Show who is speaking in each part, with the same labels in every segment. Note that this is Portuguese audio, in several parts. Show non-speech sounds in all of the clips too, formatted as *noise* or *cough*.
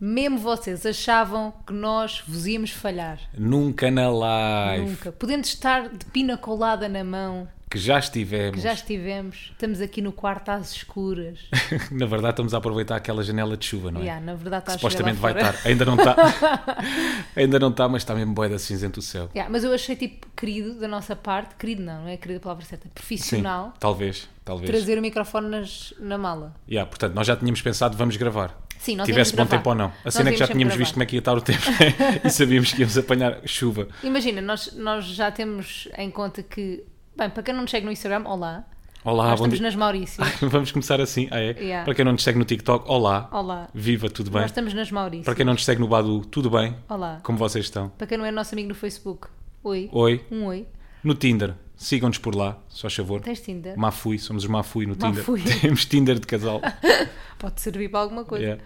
Speaker 1: Mesmo vocês achavam que nós vos íamos falhar.
Speaker 2: Nunca na live.
Speaker 1: Nunca. Podendo estar de pina colada na mão,
Speaker 2: Que já estivemos.
Speaker 1: que já estivemos. Estamos aqui no quarto às escuras.
Speaker 2: *laughs* Na verdade, estamos a aproveitar aquela janela de chuva, não é?
Speaker 1: Ya, na verdade está a chover lá
Speaker 2: Supostamente vai
Speaker 1: fora. *laughs*
Speaker 2: estar. Ainda não está. Ainda não está, mas está mesmo boeda cinzento o céu.
Speaker 1: Ya, mas eu achei tipo querido da nossa parte, querido não, não é querido a palavra certa,
Speaker 2: Sim.
Speaker 1: profissional,
Speaker 2: Talvez. Talvez.
Speaker 1: trazer o microfone nas- na mala.
Speaker 2: Yeah, portanto, nós já tínhamos pensado, vamos gravar.
Speaker 1: Sim, nós íamos
Speaker 2: Tivesse bom
Speaker 1: gravar.
Speaker 2: tempo ou não. A
Speaker 1: Nós
Speaker 2: cena é que já
Speaker 1: íamos sempre
Speaker 2: tínhamos
Speaker 1: gravar.
Speaker 2: visto como é que ia estar o tempo *laughs* e sabíamos que íamos apanhar chuva.
Speaker 1: Imagina, nós, nós já temos em conta que, bem, para quem não nos segue no Instagram, olá,
Speaker 2: Olá,
Speaker 1: nós
Speaker 2: Ah, bom
Speaker 1: estamos
Speaker 2: dia.
Speaker 1: nas Maurícias.
Speaker 2: *laughs* Vamos começar assim. Ah, é?
Speaker 1: Yeah.
Speaker 2: Para quem não nos segue no TikTok, olá.
Speaker 1: Olá.
Speaker 2: Viva, tudo bem?
Speaker 1: Nós estamos nas Maurícias.
Speaker 2: Para quem não nos segue no Badu, tudo bem?
Speaker 1: Olá.
Speaker 2: Como vocês estão?
Speaker 1: Para quem não é nosso amigo no Facebook, oi.
Speaker 2: Oi.
Speaker 1: Um oi.
Speaker 2: No Tinder, sigam-nos por lá, só favor.
Speaker 1: Tens Tinder?
Speaker 2: Mafui, somos os Mafui no Tinder.
Speaker 1: Mafui.
Speaker 2: *laughs* Temos Tinder de
Speaker 1: *laughs*
Speaker 2: casal.
Speaker 1: Pode servir para alguma coisa.
Speaker 2: Yeah.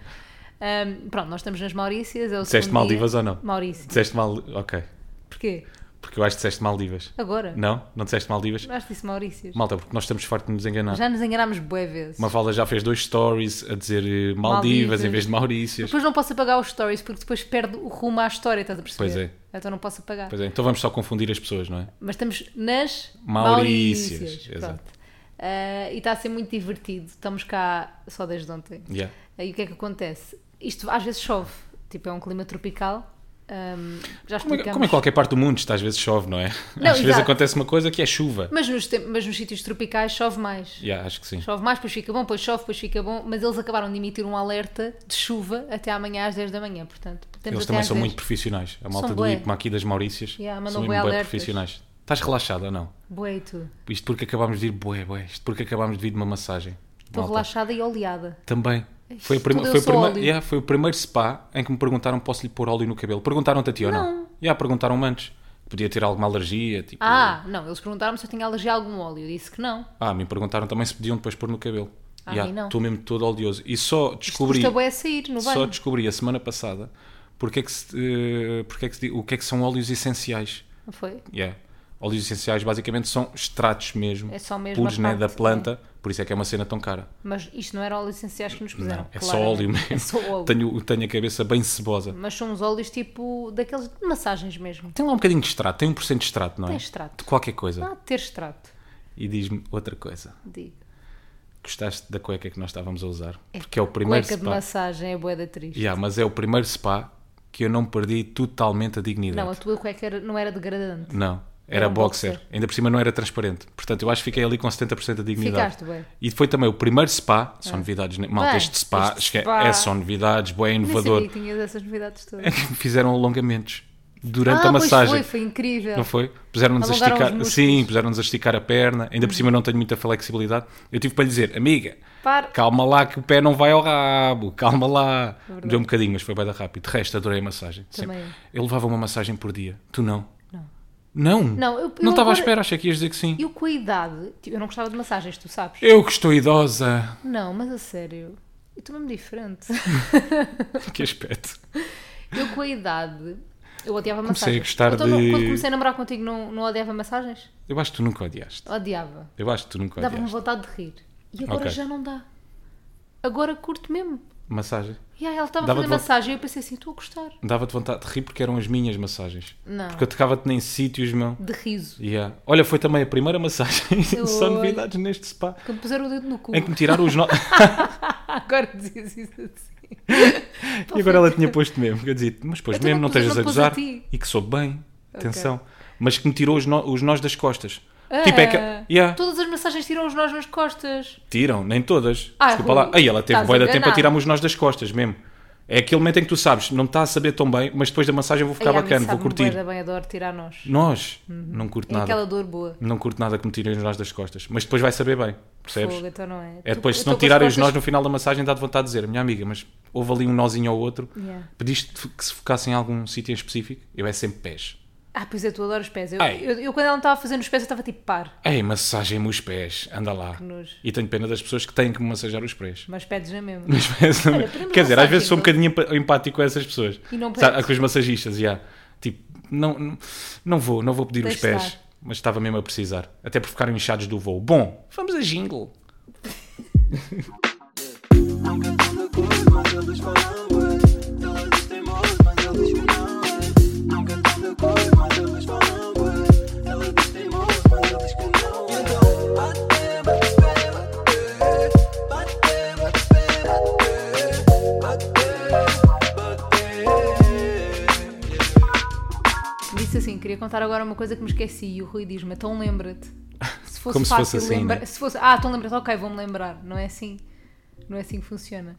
Speaker 1: Ahm, pronto, nós estamos nas Maurícias. É o
Speaker 2: Disseste
Speaker 1: segundo dia.
Speaker 2: Maldivas ou não?
Speaker 1: Maurícias.
Speaker 2: Disseste mal. Ok.
Speaker 1: Porquê?
Speaker 2: Porque eu acho que disseste Maldivas.
Speaker 1: Agora?
Speaker 2: Não? Não disseste Maldivas?
Speaker 1: Acho que disse Maurícias.
Speaker 2: Malta, porque nós estamos fartos de nos enganar.
Speaker 1: Já nos enganámos bué vezes.
Speaker 2: Uma fala já fez dois stories a dizer eh, Maldivas,
Speaker 1: Maldivas.
Speaker 2: em vez de Maurícias.
Speaker 1: Depois não posso apagar os stories porque depois perde o rumo à história, estás a perceber?
Speaker 2: Pois
Speaker 1: Então não posso apagar.
Speaker 2: Pois é, então vamos só confundir as pessoas, não é?
Speaker 1: Mas estamos nas
Speaker 2: Maurícias,
Speaker 1: Maurícias.
Speaker 2: exato.
Speaker 1: Pronto. Ah, e está a ser muito divertido. Estamos cá só desde ontem.
Speaker 2: Yeah.
Speaker 1: E o que é que acontece? Isto às vezes chove, tipo, é um clima tropical. Ahm, já
Speaker 2: Como, é-
Speaker 1: explicamos.
Speaker 2: como em qualquer parte do mundo, isto às vezes chove, não é?
Speaker 1: Não,
Speaker 2: às vezes
Speaker 1: exato.
Speaker 2: acontece uma coisa que é chuva.
Speaker 1: mas, nos tem- mas nos sítios tropicais chove mais.
Speaker 2: Yeah, acho que sim.
Speaker 1: Chove mais, depois fica bom, depois chove, depois fica bom. Mas eles acabaram de emitir um alerta de chuva até amanhã às 10 da manhã. Portanto, temos
Speaker 2: Eles
Speaker 1: até
Speaker 2: também
Speaker 1: às
Speaker 2: são
Speaker 1: 10.
Speaker 2: muito profissionais. A malta
Speaker 1: São
Speaker 2: do
Speaker 1: bué.
Speaker 2: IPMA aqui das Maurícias
Speaker 1: Yeah, mandam
Speaker 2: são
Speaker 1: bué
Speaker 2: bué
Speaker 1: alertas.
Speaker 2: profissionais. Estás relaxada ou não?
Speaker 1: Boa e tu.
Speaker 2: Isto porque acabámos de ir bué, bué. Isto porque acabámos de vir de uma massagem.
Speaker 1: Estou
Speaker 2: Malta,
Speaker 1: relaxada e oleada.
Speaker 2: Também. Foi, a prima-
Speaker 1: tudo eu
Speaker 2: foi, o
Speaker 1: sou
Speaker 2: prima-
Speaker 1: óleo.
Speaker 2: yeah, foi o primeiro spa em que me perguntaram posso lhe pôr óleo no cabelo. Perguntaram-te a ti ou não?
Speaker 1: Não.
Speaker 2: Yeah, perguntaram-me antes. Podia ter alguma alergia, tipo...
Speaker 1: Ah, não, eles perguntaram-me se eu tinha alergia a algum óleo. Eu disse que não.
Speaker 2: Ah, me perguntaram também se podiam depois pôr no cabelo.
Speaker 1: Ah, a mim não.
Speaker 2: Estou mesmo todo oleoso. E só descobri,
Speaker 1: Custa boé sair no
Speaker 2: só
Speaker 1: banho.
Speaker 2: descobri a semana passada porque é que se, eh, porque é que se di- o que é que são óleos essenciais.
Speaker 1: Não foi?
Speaker 2: Yeah. Óleos essenciais basicamente são extratos mesmo,
Speaker 1: É só mesmo a
Speaker 2: puros né,
Speaker 1: parte,
Speaker 2: da planta, por isso é que é uma cena tão cara.
Speaker 1: Mas isto não era óleos essenciais que nos puseram.
Speaker 2: é só
Speaker 1: claramente.
Speaker 2: óleo mesmo.
Speaker 1: *laughs* É só óleo.
Speaker 2: Tenho, tenho a cabeça bem cebosa.
Speaker 1: Mas são uns óleos tipo daqueles de massagens mesmo.
Speaker 2: Tem lá um bocadinho de extrato, tem 1% de extrato, não é?
Speaker 1: Tem extrato.
Speaker 2: De qualquer coisa.
Speaker 1: Não há de ter extrato,
Speaker 2: E diz-me outra coisa.
Speaker 1: digo.
Speaker 2: Gostaste da cueca que nós estávamos a usar? Porque é o primeiro
Speaker 1: Cueca de
Speaker 2: spa.
Speaker 1: massagem é bué da triste.
Speaker 2: Yeah, mas é o primeiro spa que eu não perdi totalmente a dignidade.
Speaker 1: Não, a tua cueca era- não era degradante.
Speaker 2: Não, era,
Speaker 1: Era um
Speaker 2: boxer.
Speaker 1: boxer.
Speaker 2: Ainda por cima não era transparente. Portanto, eu acho que fiquei ali com 70% da dignidade.
Speaker 1: Ficaste, bué.
Speaker 2: E foi também o primeiro spa, só novidades. né? Malta,
Speaker 1: Bem,
Speaker 2: este spa,
Speaker 1: este
Speaker 2: esque-
Speaker 1: spa.
Speaker 2: é só novidades, bem
Speaker 1: Nem
Speaker 2: inovador. É
Speaker 1: sabia que tinhas essas novidades todas.
Speaker 2: Fizeram alongamentos durante
Speaker 1: ah,
Speaker 2: a massagem.
Speaker 1: pois foi, foi incrível.
Speaker 2: Não foi? Puseram-nos
Speaker 1: Alongaram
Speaker 2: a
Speaker 1: os
Speaker 2: esticar.
Speaker 1: músculos. Uhum.
Speaker 2: Sim, puseram-nos a esticar a perna. Ainda por cima não tenho muita flexibilidade. Eu tive para lhe dizer, amiga,
Speaker 1: Para.
Speaker 2: calma lá que o pé não vai ao rabo, calma lá.
Speaker 1: É verdade.
Speaker 2: Deu um bocadinho, mas foi bem da rápido. De resto, adorei a massagem.
Speaker 1: Também
Speaker 2: Sempre. Eu levava uma massagem por dia. Tu não?
Speaker 1: Não.
Speaker 2: Não?
Speaker 1: Não, eu- eu
Speaker 2: não estava
Speaker 1: agora-
Speaker 2: à espera, achei que ias dizer que sim.
Speaker 1: Eu com a idade, tipo, eu não gostava de massagens, tu sabes?
Speaker 2: Eu que estou idosa. *laughs*
Speaker 1: Não, mas a sério, eu estou mesmo diferente.
Speaker 2: que aspecto.
Speaker 1: eu com a idade, eu odiava
Speaker 2: Comecei a
Speaker 1: massagens.
Speaker 2: gostar
Speaker 1: Então, não-
Speaker 2: de-
Speaker 1: quando comecei a namorar contigo, não, não odiava massagens?
Speaker 2: Eu acho que tu nunca odiaste.
Speaker 1: Odiava.
Speaker 2: Eu acho que tu nunca
Speaker 1: Dava-me
Speaker 2: odiaste.
Speaker 1: vontade de rir. E agora
Speaker 2: Ok.
Speaker 1: já não dá. Agora curto mesmo.
Speaker 2: Massagem.
Speaker 1: E aí ela estava a
Speaker 2: Dava-te
Speaker 1: fazer
Speaker 2: vo-
Speaker 1: massagem e eu pensei assim, estou a gostar.
Speaker 2: Dava-te vontade de rir porque eram as minhas massagens.
Speaker 1: Não.
Speaker 2: Porque eu tocava-te nem sítios, meu.
Speaker 1: De riso.
Speaker 2: Yeah. Olha, foi também a primeira massagem. *laughs* Só
Speaker 1: Oi.
Speaker 2: novidades neste spa.
Speaker 1: Quando puseram o dedo no cu.
Speaker 2: Em que me tiraram os nós.
Speaker 1: *laughs* Agora dizes isso assim.
Speaker 2: *laughs* e agora ela tinha posto mesmo. que Eu dizia, mas pois
Speaker 1: Então
Speaker 2: mesmo, não
Speaker 1: não pus-
Speaker 2: estejas
Speaker 1: não
Speaker 2: a
Speaker 1: pus a
Speaker 2: gozar.
Speaker 1: ti.
Speaker 2: e que soube bem. Atenção. Mas que me tirou os, nó- os nós das costas. Tipo, é que.
Speaker 1: Ah,
Speaker 2: Yeah.
Speaker 1: Todas as massagens tiram os nós nas costas.
Speaker 2: Tiram, nem todas.
Speaker 1: Ah,
Speaker 2: Desculpa
Speaker 1: Rui,
Speaker 2: lá. Aí ela teve
Speaker 1: estás
Speaker 2: boa da tempo a
Speaker 1: enganado.
Speaker 2: tirar-me os nós das costas mesmo. É aquele momento em que tu sabes, não me está a saber tão bem, mas depois da massagem eu vou ficar
Speaker 1: Ai, a mim
Speaker 2: bacana, vou
Speaker 1: sabe-me
Speaker 2: curtir.
Speaker 1: bué da bem, adoro tirar nós.
Speaker 2: Nós, não curto
Speaker 1: É
Speaker 2: nada.
Speaker 1: aquela dor boa.
Speaker 2: Não curto nada que me tirem os nós das costas. Mas depois vai saber bem, percebes?
Speaker 1: Fogo, então não é.
Speaker 2: É
Speaker 1: Tu-
Speaker 2: depois,
Speaker 1: eu
Speaker 2: se não
Speaker 1: tô com as
Speaker 2: tirarem os nós
Speaker 1: costas-
Speaker 2: no final da massagem, dá-te vontade de dizer, minha amiga, mas houve ali um nozinho ao outro,
Speaker 1: Yeah.
Speaker 2: pediste que se focasse em algum sítio em específico? Eu é sempre pés.
Speaker 1: Ah, pois é, tu adoras os pés. Eu,
Speaker 2: Ai.
Speaker 1: eu- eu quando ela me estava fazendo os pés, eu estava tipo par.
Speaker 2: Ei, massagem-me os pés, anda lá.
Speaker 1: nojo.
Speaker 2: E tenho pena das pessoas que têm que me massajar os pés.
Speaker 1: Mas pedes na mesma.
Speaker 2: Mas pensa-
Speaker 1: Olha, podemos
Speaker 2: Quer dizer,
Speaker 1: lançar
Speaker 2: às vezes sou um
Speaker 1: aqui
Speaker 2: bocadinho empa- empático com essas pessoas.
Speaker 1: então. E não
Speaker 2: Sabe,
Speaker 1: pedes.
Speaker 2: com os massagistas, já. Tipo, não, não, não vou, não vou pedir os
Speaker 1: Deixa
Speaker 2: pés.
Speaker 1: estar.
Speaker 2: Mas estava mesmo a precisar. Até por ficarem inchados do voo. Bom, vamos a jingle.
Speaker 3: Nunca tanta coisa, mas eles falam bué. Tão
Speaker 1: assim, Queria contar agora uma coisa que me esqueci e o Rui diz-me, então lembra-te. Se fosse
Speaker 2: Como se
Speaker 1: fácil
Speaker 2: fosse assim,
Speaker 1: lembra-
Speaker 2: né?
Speaker 1: se fosse, ah, então lembra-te, ok, vou-me lembrar. Não é assim. Não é assim que funciona.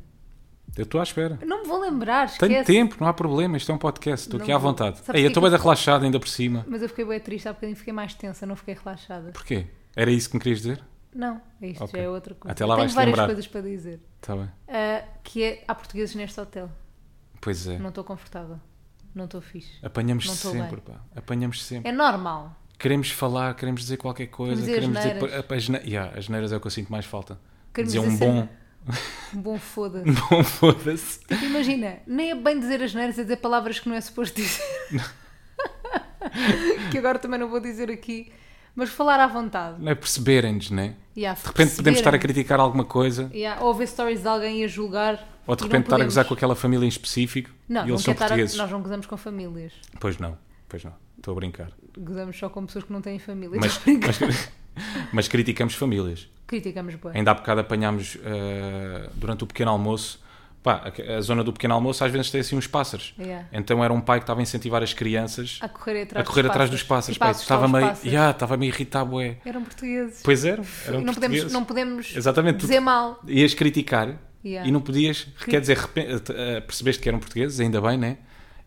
Speaker 2: Eu estou à espera.
Speaker 1: Não me vou lembrar, esquece.
Speaker 2: Tenho tempo, não há problema. Isto é um podcast. Estou
Speaker 1: Não
Speaker 2: aqui à
Speaker 1: vou.
Speaker 2: vontade.
Speaker 1: Sabes
Speaker 2: Ei, eu
Speaker 1: porquê
Speaker 2: estou
Speaker 1: que-
Speaker 2: bem relaxado ainda por cima.
Speaker 1: Mas eu fiquei bem triste, há bocadinho fiquei mais tensa, não fiquei relaxada.
Speaker 2: Porquê? Era isso que me querias dizer?
Speaker 1: Não, isto
Speaker 2: Ok.
Speaker 1: já é outra coisa.
Speaker 2: Até lá
Speaker 1: Eu Tenho
Speaker 2: vais-te
Speaker 1: várias
Speaker 2: lembrar.
Speaker 1: coisas para dizer.
Speaker 2: Está Tá bem.
Speaker 1: Ah, que é, há portugueses neste hotel.
Speaker 2: Pois é.
Speaker 1: Não estou confortável. Não estou fixe.
Speaker 2: Apanhamos
Speaker 1: Não estou
Speaker 2: sempre,
Speaker 1: bem.
Speaker 2: pá. Apanhamos sempre.
Speaker 1: É normal.
Speaker 2: Queremos falar, queremos dizer qualquer coisa.
Speaker 1: dizer
Speaker 2: queremos dizer.
Speaker 1: asneiras.
Speaker 2: pa- asne- Yeah, as neiras é o que eu sinto mais falta.
Speaker 1: Queremos
Speaker 2: dizer um
Speaker 1: dizer
Speaker 2: bom.
Speaker 1: Um bom foda.
Speaker 2: *laughs* Bom, foda-se.
Speaker 1: Tipo, imagina, nem é bem dizer as neiras, é dizer palavras que não é suposto
Speaker 2: *laughs*
Speaker 1: dizer. que agora também não vou dizer aqui. Mas falar à vontade.
Speaker 2: Não é perceberem-nos, não é? De
Speaker 1: Yeah, de
Speaker 2: repente podemos estar a criticar alguma coisa.
Speaker 1: Yeah, ou ver stories de alguém a julgar.
Speaker 2: Ou de
Speaker 1: e
Speaker 2: repente
Speaker 1: não
Speaker 2: estar a gozar com
Speaker 1: podemos.
Speaker 2: aquela família em específico.
Speaker 1: Não,
Speaker 2: e
Speaker 1: não
Speaker 2: eles
Speaker 1: quer
Speaker 2: são
Speaker 1: estar a-
Speaker 2: portugueses.
Speaker 1: Nós não gozamos com famílias.
Speaker 2: Pois não, pois não. Estou
Speaker 1: *laughs*
Speaker 2: a brincar.
Speaker 1: Gozamos só com pessoas que não têm família. Então,
Speaker 2: Mas, mas, *laughs* mas criticamos famílias.
Speaker 1: *laughs* Criticamos bem.
Speaker 2: Ainda há bocado apanhámos eh, durante o pequeno almoço. Pá, a, a zona do pequeno almoço às vezes tem assim uns pássaros.
Speaker 1: Yeah.
Speaker 2: Então era um pai que estava a incentivar as crianças
Speaker 1: A correr
Speaker 2: a
Speaker 1: atrás
Speaker 2: correr
Speaker 1: dos
Speaker 2: atrás dos
Speaker 1: pássaros.
Speaker 2: pássaros.
Speaker 1: Tipo, a assustar
Speaker 2: Pá, estava
Speaker 1: os
Speaker 2: meio,
Speaker 1: pássaros.
Speaker 2: yeah, estava meio irritado, bué.
Speaker 1: Eram portugueses.
Speaker 2: Pois era, eram
Speaker 1: não, podemos,
Speaker 2: portugueses.
Speaker 1: não podemos
Speaker 2: Exatamente, tu-
Speaker 1: dizer mal.
Speaker 2: Ias criticar
Speaker 1: Yeah.
Speaker 2: e não podias, quer dizer, repen- eh, percebeste que eram portugueses, ainda bem, né?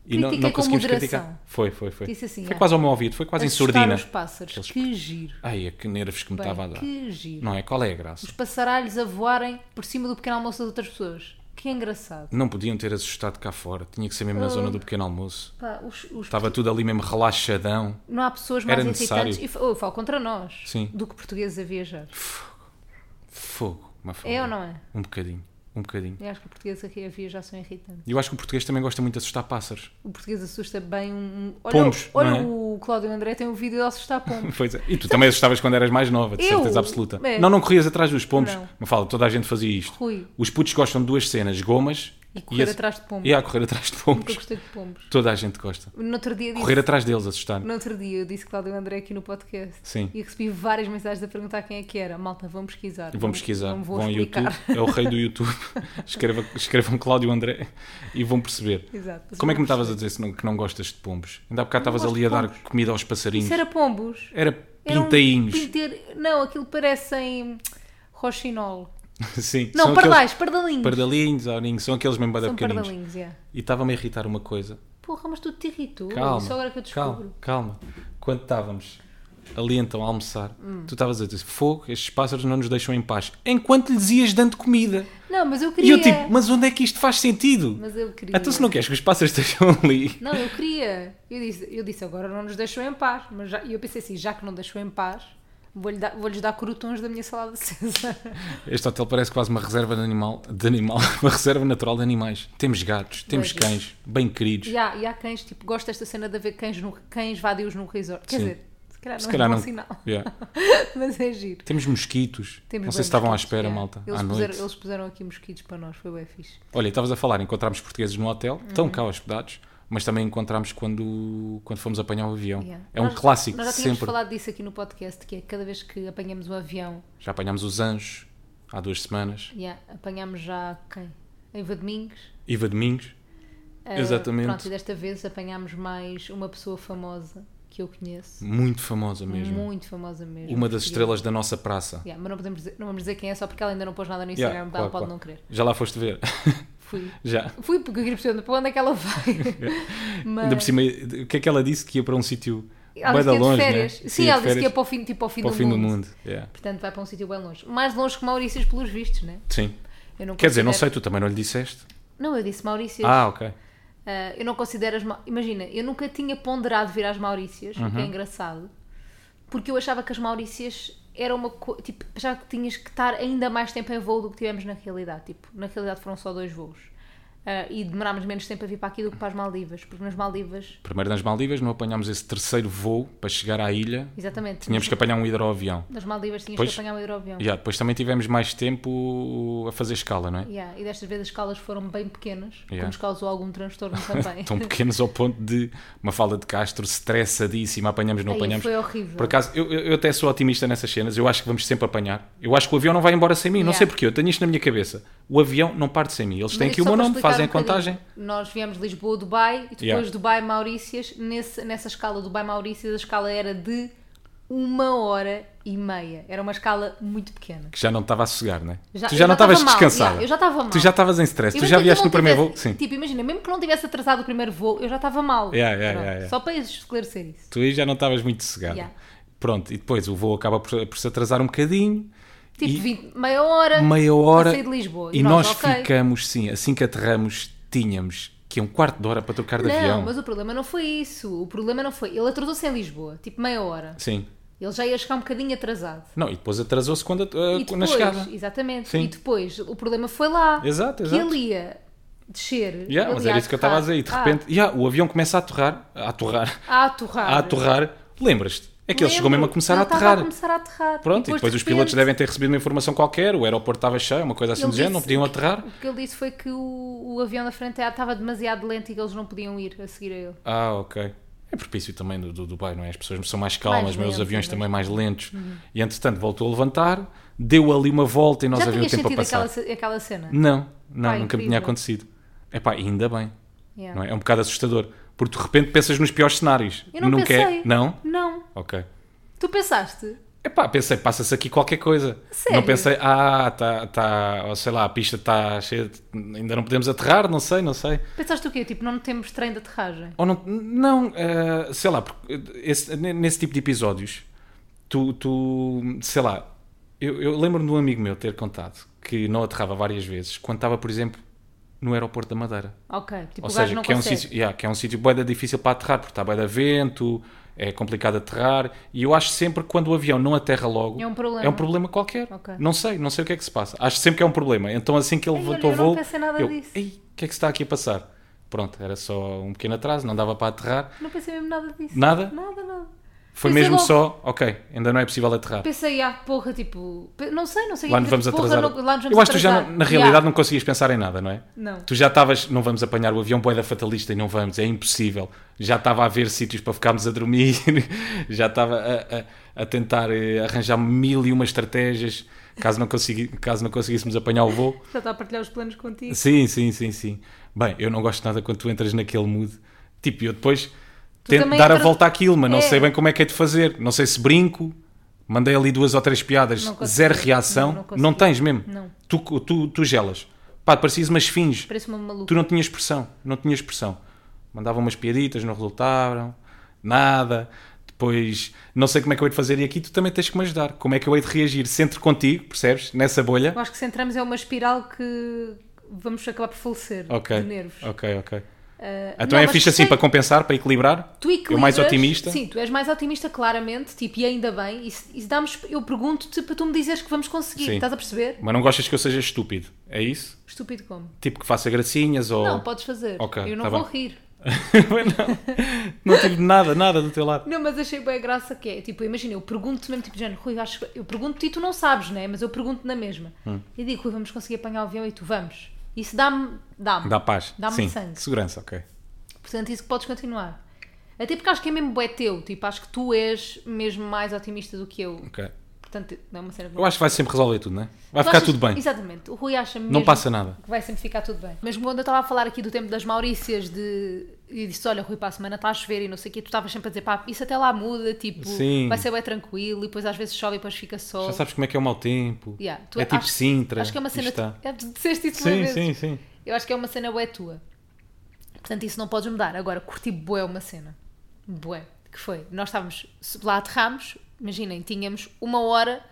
Speaker 2: E não,
Speaker 1: Critiquei
Speaker 2: não
Speaker 1: com
Speaker 2: conseguimos
Speaker 1: moderação.
Speaker 2: criticar. Foi, foi, foi.
Speaker 1: Disse assim,
Speaker 2: foi
Speaker 1: ah,
Speaker 2: quase ao meu ouvido, foi quase em
Speaker 1: Assustar
Speaker 2: surdina.
Speaker 1: os pássaros.
Speaker 2: Aqueles-
Speaker 1: Que giro.
Speaker 2: Ai, é que nervos que me
Speaker 1: Bem,
Speaker 2: estava a dar.
Speaker 1: que giro.
Speaker 2: Não é? Qual é a graça?
Speaker 1: Os passaralhos a voarem por cima do pequeno almoço das outras pessoas. Que engraçado.
Speaker 2: Não podiam ter assustado cá fora, tinha que ser mesmo na zona do pequeno almoço.
Speaker 1: Pá, os- os-
Speaker 2: Estava tudo ali mesmo relaxadão.
Speaker 1: Não há pessoas mais
Speaker 2: Era
Speaker 1: irritantes.
Speaker 2: necessário.
Speaker 1: E, fa- oh, eu falo contra nós
Speaker 2: Sim.
Speaker 1: do que portugueses a viajar.
Speaker 2: Fogo, uma fogo.
Speaker 1: É ou não é?
Speaker 2: Um bocadinho, um bocadinho.
Speaker 1: Eu acho que os portugueses aqui a viajar são irritantes.
Speaker 2: E eu acho que o português também gosta muito de assustar pássaros. *laughs*
Speaker 1: O português assusta bem um. um- Olha,
Speaker 2: Pombos,
Speaker 1: olha
Speaker 2: não é?
Speaker 1: o Cláudio André tem um vídeo de assustar
Speaker 2: *laughs*
Speaker 1: pombos.
Speaker 2: Pois é. E tu também assustavas quando eras mais nova, de
Speaker 1: Eu?
Speaker 2: certeza absoluta.
Speaker 1: É.
Speaker 2: Não, não corrias atrás dos pombos.
Speaker 1: Não.
Speaker 2: Me fala, toda a gente fazia isto.
Speaker 1: Rui.
Speaker 2: Os putos gostam de duas cenas, gomas
Speaker 1: E correr
Speaker 2: ass-
Speaker 1: atrás de pombos.
Speaker 2: E a correr atrás de
Speaker 1: Nunca
Speaker 2: pombos.
Speaker 1: gostei de pombos.
Speaker 2: Toda a gente gosta.
Speaker 1: No outro dia disse.
Speaker 2: Correr atrás deles, assustar.
Speaker 1: No outro dia eu disse Cláudio André aqui no podcast.
Speaker 2: Sim.
Speaker 1: E recebi várias mensagens a perguntar quem é que era. Malta, vão pesquisar.
Speaker 2: Vão pesquisar,
Speaker 1: Não vou
Speaker 2: vão ao
Speaker 1: explicar.
Speaker 2: YouTube, é o rei do YouTube. *laughs* Escreva, escrevam Cláudio André e vão perceber.
Speaker 1: *laughs* Exato. Vocês
Speaker 2: Como é que
Speaker 1: vão
Speaker 2: me estavas a
Speaker 1: perceber.
Speaker 2: dizer se não- que não gostas de pombos? Ainda há bocado
Speaker 1: Não
Speaker 2: estavas
Speaker 1: gosto
Speaker 2: ali a
Speaker 1: de
Speaker 2: dar
Speaker 1: pombos.
Speaker 2: comida aos passarinhos.
Speaker 1: Isso era pombos.
Speaker 2: Era
Speaker 1: Eram
Speaker 2: pintainhos.
Speaker 1: um pinteiro- Não, aquilo parecem roxinol.
Speaker 2: *laughs* Sim,
Speaker 1: Não,
Speaker 2: são
Speaker 1: pardais,
Speaker 2: aqueles
Speaker 1: pardalinhos.
Speaker 2: Pardalinhos, aurinhos, são aqueles mesmo bué da
Speaker 1: São
Speaker 2: pequeninos.
Speaker 1: pardalinhos, é.
Speaker 2: E estava-me a irritar uma coisa.
Speaker 1: Porra, mas tu te irritou.
Speaker 2: Calma,
Speaker 1: Isso agora que eu
Speaker 2: calma,
Speaker 1: descubro.
Speaker 2: calma. Quando estávamos ali então a almoçar,
Speaker 1: Hum.
Speaker 2: tu estavas a dizer, fogo, estes pássaros não nos deixam em paz. Enquanto lhes ias dando comida.
Speaker 1: Não, mas eu
Speaker 2: E
Speaker 1: queria.
Speaker 2: eu tipo, mas onde é que isto faz sentido?
Speaker 1: Mas eu queria.
Speaker 2: Então se não queres que os pássaros *laughs* estejam ali...
Speaker 1: Não, eu queria. Eu disse, eu disse agora não nos deixou em paz. Mas já- e eu pensei assim, já que não deixou em paz, vou-lhe dar- vou-lhes dar corutons da minha salada
Speaker 2: *laughs*
Speaker 1: César.
Speaker 2: Este hotel parece quase uma reserva de animal, de animal, *laughs* uma reserva natural de animais. Temos gatos, temos
Speaker 1: Pois é.
Speaker 2: cães, bem queridos.
Speaker 1: E há, e há cães, tipo, gosto desta cena de haver cães, no, cães vadios num resort. Quer
Speaker 2: Sim.
Speaker 1: dizer, se calhar não
Speaker 2: Se calhar
Speaker 1: é um
Speaker 2: não.
Speaker 1: bom sinal. *laughs*
Speaker 2: Yeah.
Speaker 1: Mas é giro.
Speaker 2: Temos mosquitos.
Speaker 1: Temos
Speaker 2: não sei
Speaker 1: bué
Speaker 2: se estavam à
Speaker 1: mosquitos,
Speaker 2: espera,
Speaker 1: é.
Speaker 2: malta,
Speaker 1: Eles
Speaker 2: à noite.
Speaker 1: puseram, eles puseram aqui mosquitos para nós, foi bem fixe.
Speaker 2: Olha, estavas a falar, encontramos portugueses no hotel,
Speaker 1: Uhum.
Speaker 2: estão cá hospedados, mas também encontramos quando, quando fomos apanhar o avião.
Speaker 1: Yeah.
Speaker 2: É um
Speaker 1: Nós-
Speaker 2: clássico,
Speaker 1: Nós já tínhamos
Speaker 2: sempre.
Speaker 1: falado disso aqui no podcast, que é cada vez que apanhamos um avião,
Speaker 2: Já apanhámos os anjos há duas semanas.
Speaker 1: yeah, apanhamos já quem? Eva Domingos.
Speaker 2: Iva Domingos.
Speaker 1: Ah,
Speaker 2: Exatamente.
Speaker 1: Pronto, e desta vez apanhámos mais uma pessoa famosa que eu conheço.
Speaker 2: Muito famosa mesmo.
Speaker 1: Muito famosa mesmo.
Speaker 2: Uma das
Speaker 1: portuguesa.
Speaker 2: estrelas da nossa praça.
Speaker 1: Yeah, mas não, podemos dizer, não vamos dizer quem é, só porque ela ainda não pôs nada no Instagram,
Speaker 2: Yeah,
Speaker 1: ela
Speaker 2: claro,
Speaker 1: pode
Speaker 2: claro.
Speaker 1: não querer.
Speaker 2: Já lá foste ver. *laughs*
Speaker 1: Fui.
Speaker 2: Já.
Speaker 1: Fui porque eu queria perceber para onde é que ela vai. Mas...
Speaker 2: *laughs* Ainda por cima, o que é que ela disse? Que ia para um sítio
Speaker 1: ela
Speaker 2: bué
Speaker 1: disse que
Speaker 2: da
Speaker 1: ia de
Speaker 2: longe, né?
Speaker 1: férias. Sim,
Speaker 2: de
Speaker 1: ela disse que
Speaker 2: férias
Speaker 1: ia para o fim, tipo, ao fim,
Speaker 2: para o
Speaker 1: do,
Speaker 2: fim
Speaker 1: mundo.
Speaker 2: do mundo. Yeah.
Speaker 1: Portanto, vai para um sítio bem longe. Mais longe que Maurícias, pelos vistos, né?
Speaker 2: Sim.
Speaker 1: Eu não
Speaker 2: Quer dizer, não
Speaker 1: considero-
Speaker 2: sei, tu também não lhe disseste?
Speaker 1: Não, eu disse Maurícias.
Speaker 2: Ah, ok.
Speaker 1: Ah, eu não considero as. Ma- Imagina, eu nunca tinha ponderado vir às Maurícias, o que
Speaker 2: Uhum.
Speaker 1: é engraçado, porque eu achava que as Maurícias era uma coisa. Tipo, achava que tinhas que estar ainda mais tempo em voo do que tivemos na realidade. Tipo, na realidade foram só dois voos. Ah, e demorámos menos tempo a vir para aqui do que para as Maldivas, porque nas Maldivas.
Speaker 2: Primeiro nas Maldivas, não apanhámos esse terceiro voo para chegar à ilha.
Speaker 1: Exatamente.
Speaker 2: Tínhamos que apanhar um hidroavião.
Speaker 1: Nas Maldivas tinhas
Speaker 2: Pois.
Speaker 1: que apanhar um aeroavião.
Speaker 2: Yeah, depois também tivemos mais tempo a fazer escala, não é?
Speaker 1: Yeah, E destas vezes as escalas foram bem pequenas, que
Speaker 2: Yeah.
Speaker 1: nos causou algum transtorno
Speaker 2: *laughs*
Speaker 1: também. *laughs*
Speaker 2: Tão pequenos ao ponto de uma fala de Castro estressadíssima, apanhamos, não
Speaker 1: Aí
Speaker 2: apanhamos.
Speaker 1: foi horrível.
Speaker 2: Por acaso, eu, eu eu até sou otimista nessas cenas, eu acho que vamos sempre apanhar. Eu acho que o avião não vai embora sem mim, não
Speaker 1: Yeah.
Speaker 2: sei porquê, eu tenho isto na minha cabeça. O avião não parte sem mim, eles têm
Speaker 1: Mas isto
Speaker 2: aqui o
Speaker 1: só
Speaker 2: meu
Speaker 1: para
Speaker 2: nome,
Speaker 1: explicar um
Speaker 2: fazem a
Speaker 1: bocadinho.
Speaker 2: contagem.
Speaker 1: Nós viemos de Lisboa, Dubai e depois
Speaker 2: Yeah.
Speaker 1: Dubai, Maurícias. Nesse, nessa escala Dubai, Maurícias, a escala era de uma hora e meia. Era uma escala muito pequena.
Speaker 2: Que já não estava a sossegar, né?
Speaker 1: Já-
Speaker 2: tu
Speaker 1: eu
Speaker 2: já não
Speaker 1: tava
Speaker 2: estavas
Speaker 1: mal,
Speaker 2: descansada.
Speaker 1: yeah, eu já estava mal.
Speaker 2: Tu já estavas em stress.
Speaker 1: E
Speaker 2: Tu
Speaker 1: mesmo
Speaker 2: já
Speaker 1: que eu
Speaker 2: vieste
Speaker 1: não
Speaker 2: no primeiro voo.
Speaker 1: tivesse-
Speaker 2: Sim.
Speaker 1: Tipo, imagina, mesmo que não tivesse atrasado o primeiro voo, eu já estava mal.
Speaker 2: Yeah, yeah,
Speaker 1: Pronto.
Speaker 2: yeah, yeah.
Speaker 1: Só para esclarecer isso.
Speaker 2: Tu aí já não estavas muito sossegada.
Speaker 1: Yeah.
Speaker 2: Pronto, e depois o voo acaba por, por se atrasar um bocadinho.
Speaker 1: Tipo,
Speaker 2: E-
Speaker 1: 20, meia hora.
Speaker 2: meia hora.
Speaker 1: Para sair de Lisboa.
Speaker 2: E, nós,
Speaker 1: ok.
Speaker 2: ficamos, sim, assim que aterramos, tínhamos que um quarto de hora para trocar de
Speaker 1: Não,
Speaker 2: avião.
Speaker 1: mas o problema não foi isso. O problema não foi. Ele atrasou-se em Lisboa, tipo meia hora.
Speaker 2: Sim.
Speaker 1: Ele já ia chegar um bocadinho atrasado.
Speaker 2: Não, e depois atrasou-se quando, eh,
Speaker 1: E
Speaker 2: na
Speaker 1: depois,
Speaker 2: chegada.
Speaker 1: exatamente.
Speaker 2: Sim.
Speaker 1: E depois, o problema foi lá.
Speaker 2: Exato,
Speaker 1: Que
Speaker 2: exato.
Speaker 1: ele ia descer.
Speaker 2: Yeah,
Speaker 1: ele
Speaker 2: mas
Speaker 1: ia
Speaker 2: era isso que eu estava a dizer. E de
Speaker 1: aterrar.
Speaker 2: repente, yeah, o avião começa a aterrar. A aterrar.
Speaker 1: Ah, a aterrar.
Speaker 2: A aterrar. Lembras-te? É que ele chegou
Speaker 1: Lembro,
Speaker 2: mesmo a começar
Speaker 1: ele
Speaker 2: a
Speaker 1: estava
Speaker 2: aterrar.
Speaker 1: a começar a aterrar.
Speaker 2: Pronto, e depois
Speaker 1: de
Speaker 2: os pilotos
Speaker 1: repente,
Speaker 2: devem ter recebido uma informação qualquer, o aeroporto estava cheio, uma coisa assim
Speaker 1: Ele
Speaker 2: do género, não
Speaker 1: disse-
Speaker 2: podiam aterrar.
Speaker 1: O que ele disse foi que o, o avião da frente estava demasiado lento e que eles não podiam ir a seguir a ele.
Speaker 2: Ah, ok. É propício também do, do Dubai, não é? As pessoas são mais calmas,
Speaker 1: Mais
Speaker 2: mas
Speaker 1: lentas,
Speaker 2: os aviões
Speaker 1: né?
Speaker 2: também mais lentos. E entretanto voltou a levantar, deu ali uma volta e nós
Speaker 1: já
Speaker 2: havia um
Speaker 1: tinhas
Speaker 2: tempo a
Speaker 1: sentido
Speaker 2: passar.
Speaker 1: aquela, ce- aquela cena?
Speaker 2: Não, não,
Speaker 1: Pá,
Speaker 2: nunca me
Speaker 1: incrível.
Speaker 2: tinha acontecido. Epá, ainda bem.
Speaker 1: Yeah.
Speaker 2: Não é? é um bocado assustador, porque de repente pensas nos piores cenários.
Speaker 1: Eu não
Speaker 2: nunca
Speaker 1: pensei.
Speaker 2: É... Não?
Speaker 1: Não.
Speaker 2: Ok.
Speaker 1: Tu pensaste?
Speaker 2: Epá, pensei, passa-se aqui qualquer coisa.
Speaker 1: Sério?
Speaker 2: Não pensei, ah, tá, tá, ou sei lá, a pista está cheia, de- ainda não podemos aterrar, não sei, não sei.
Speaker 1: Pensaste o quê? Tipo, não temos trem de aterragem.
Speaker 2: Ou não, não eh, sei lá, porque esse- nesse tipo de episódios, tu, tu sei lá, eu, eu lembro-me de um amigo meu ter contado que não aterrava várias vezes quando estava, por exemplo, no aeroporto da Madeira.
Speaker 1: Ok. Tipo,
Speaker 2: Ou
Speaker 1: o gajo
Speaker 2: seja,
Speaker 1: não
Speaker 2: que é, um
Speaker 1: consegue.
Speaker 2: sítio, yeah, que é um sítio bué da difícil para aterrar, porque está bué da vento, é complicado aterrar, e eu acho sempre que quando o avião não aterra logo,
Speaker 1: É um problema.
Speaker 2: é problema qualquer.
Speaker 1: Ok.
Speaker 2: Não sei, não sei o que é que se passa. Acho sempre que é um problema. Então assim que ele
Speaker 1: Ei,
Speaker 2: voltou
Speaker 1: olha,
Speaker 2: a
Speaker 1: eu não
Speaker 2: voo,
Speaker 1: pensei nada
Speaker 2: eu,
Speaker 1: disso.
Speaker 2: ei, o que é que se está aqui a passar? Pronto, era só um pequeno atraso, não dava para aterrar,
Speaker 1: Não pensei mesmo nada disso.
Speaker 2: nada.
Speaker 1: Nada, nada.
Speaker 2: Foi
Speaker 1: Pensei
Speaker 2: mesmo
Speaker 1: logo-
Speaker 2: só, ok, ainda não é possível aterrar.
Speaker 1: Pensei, ah, porra, tipo. pe- Não sei, não sei.
Speaker 2: Lá
Speaker 1: o
Speaker 2: nos
Speaker 1: que
Speaker 2: vamos
Speaker 1: dizer. Porra,
Speaker 2: atrasar.
Speaker 1: não- lá nos vamos
Speaker 2: eu acho que tu já,
Speaker 1: atrasar.
Speaker 2: na realidade,
Speaker 1: Yeah.
Speaker 2: não conseguias pensar em nada, não é?
Speaker 1: Não.
Speaker 2: Tu já estavas, não vamos apanhar o avião boeda fatalista e não vamos, é impossível. Já estava a ver sítios para ficarmos a dormir, *laughs* já estava a, a- a tentar eh, arranjar mil e uma estratégias caso não, consegui, caso não conseguíssemos apanhar o voo.
Speaker 1: Já está a partilhar os planos contigo.
Speaker 2: Sim, sim, sim, sim. Bem, eu não gosto nada quando tu entras naquele mood. Tipo, eu depois tento
Speaker 1: também
Speaker 2: dar a
Speaker 1: entras-
Speaker 2: volta àquilo, mas não
Speaker 1: É.
Speaker 2: sei bem como é que é de fazer. Não sei se brinco. Mandei ali duas ou três piadas,
Speaker 1: Não consegui.
Speaker 2: zero reação.
Speaker 1: Não, não
Speaker 2: Não,
Speaker 1: consegui.
Speaker 2: tens mesmo.
Speaker 1: Não.
Speaker 2: Tu, tu, tu gelas. Pá, parecias uma esfinge.
Speaker 1: Parece uma maluca.
Speaker 2: Tu não tinhas pressão, não tinhas pressão. Mandavam umas piaditas, não resultaram, nada. Depois, não sei como é que eu hei de fazer e aqui tu também tens que me ajudar. Como é que eu hei de reagir? Sempre contigo, percebes? Nessa bolha.
Speaker 1: Eu acho que se entramos é uma espiral que vamos acabar por falecer
Speaker 2: Ok.
Speaker 1: de nervos.
Speaker 2: Ok, ok.
Speaker 1: Ah,
Speaker 2: Então
Speaker 1: não,
Speaker 2: é
Speaker 1: mas
Speaker 2: fixe assim
Speaker 1: gostei.
Speaker 2: para compensar, para equilibrar.
Speaker 1: Tu equilibras,
Speaker 2: Eu mais otimista.
Speaker 1: Sim, tu és mais otimista, claramente, tipo, e ainda bem. Isso, isso dá-me esp- eu pergunto-te para tu me dizeres que vamos conseguir,
Speaker 2: Sim.
Speaker 1: estás a perceber?
Speaker 2: Mas não gostas que eu seja estúpido, é isso?
Speaker 1: Estúpido como?
Speaker 2: Tipo que faça gracinhas ou.
Speaker 1: Não,
Speaker 2: *laughs*
Speaker 1: podes fazer.
Speaker 2: Oh. Ok,
Speaker 1: eu não
Speaker 2: tá
Speaker 1: vou rir.
Speaker 2: não, não tive nada, nada do teu lado.
Speaker 1: Não, mas achei bem a graça que é. Tipo, imagina, eu pergunto-te mesmo, tipo, Jane, Rui, acho que- eu pergunto-te e tu não sabes, né? Mas eu pergunto na mesma. E digo, Rui, vamos conseguir apanhar o avião e tu vamos. Isso dá-me. Dá-me.
Speaker 2: Dá paz.
Speaker 1: Dá-me
Speaker 2: Sim,
Speaker 1: sangue.
Speaker 2: segurança, ok.
Speaker 1: Portanto, isso que podes continuar. Até porque acho que é mesmo bué teu. Tipo, acho que tu és mesmo mais otimista do que eu.
Speaker 2: ok.
Speaker 1: Portanto, não é uma cena que
Speaker 2: Eu acho que vai sempre resolver tudo, não é? Vai
Speaker 1: Tu
Speaker 2: ficar
Speaker 1: achas-
Speaker 2: tudo bem.
Speaker 1: Exatamente. O Rui acha mesmo
Speaker 2: Não passa nada.
Speaker 1: que vai sempre ficar tudo bem. Mas quando eu estava a falar aqui do tempo das Maurícias de... e disse: Olha, Rui, para a semana está a chover e não sei o quê, tu estavas sempre a dizer: Pá, isso até lá muda, tipo,
Speaker 2: Sim.
Speaker 1: vai ser bem tranquilo e depois às vezes chove e depois fica sol.
Speaker 2: Já sabes como é que é o mau tempo.
Speaker 1: Yeah, tu-
Speaker 2: é tipo
Speaker 1: acho-
Speaker 2: Sintra.
Speaker 1: Acho que é uma
Speaker 2: isto
Speaker 1: cena.
Speaker 2: Está.
Speaker 1: É, tu *laughs* disseste isso uma
Speaker 2: Sim,
Speaker 1: vez.
Speaker 2: sim, sim.
Speaker 1: Eu acho que é uma cena bué tua. Portanto, isso não podes mudar. Agora, curti bué uma cena. Bué. Que foi? Nós estávamos, lá aterramos, imaginem, tínhamos uma hora,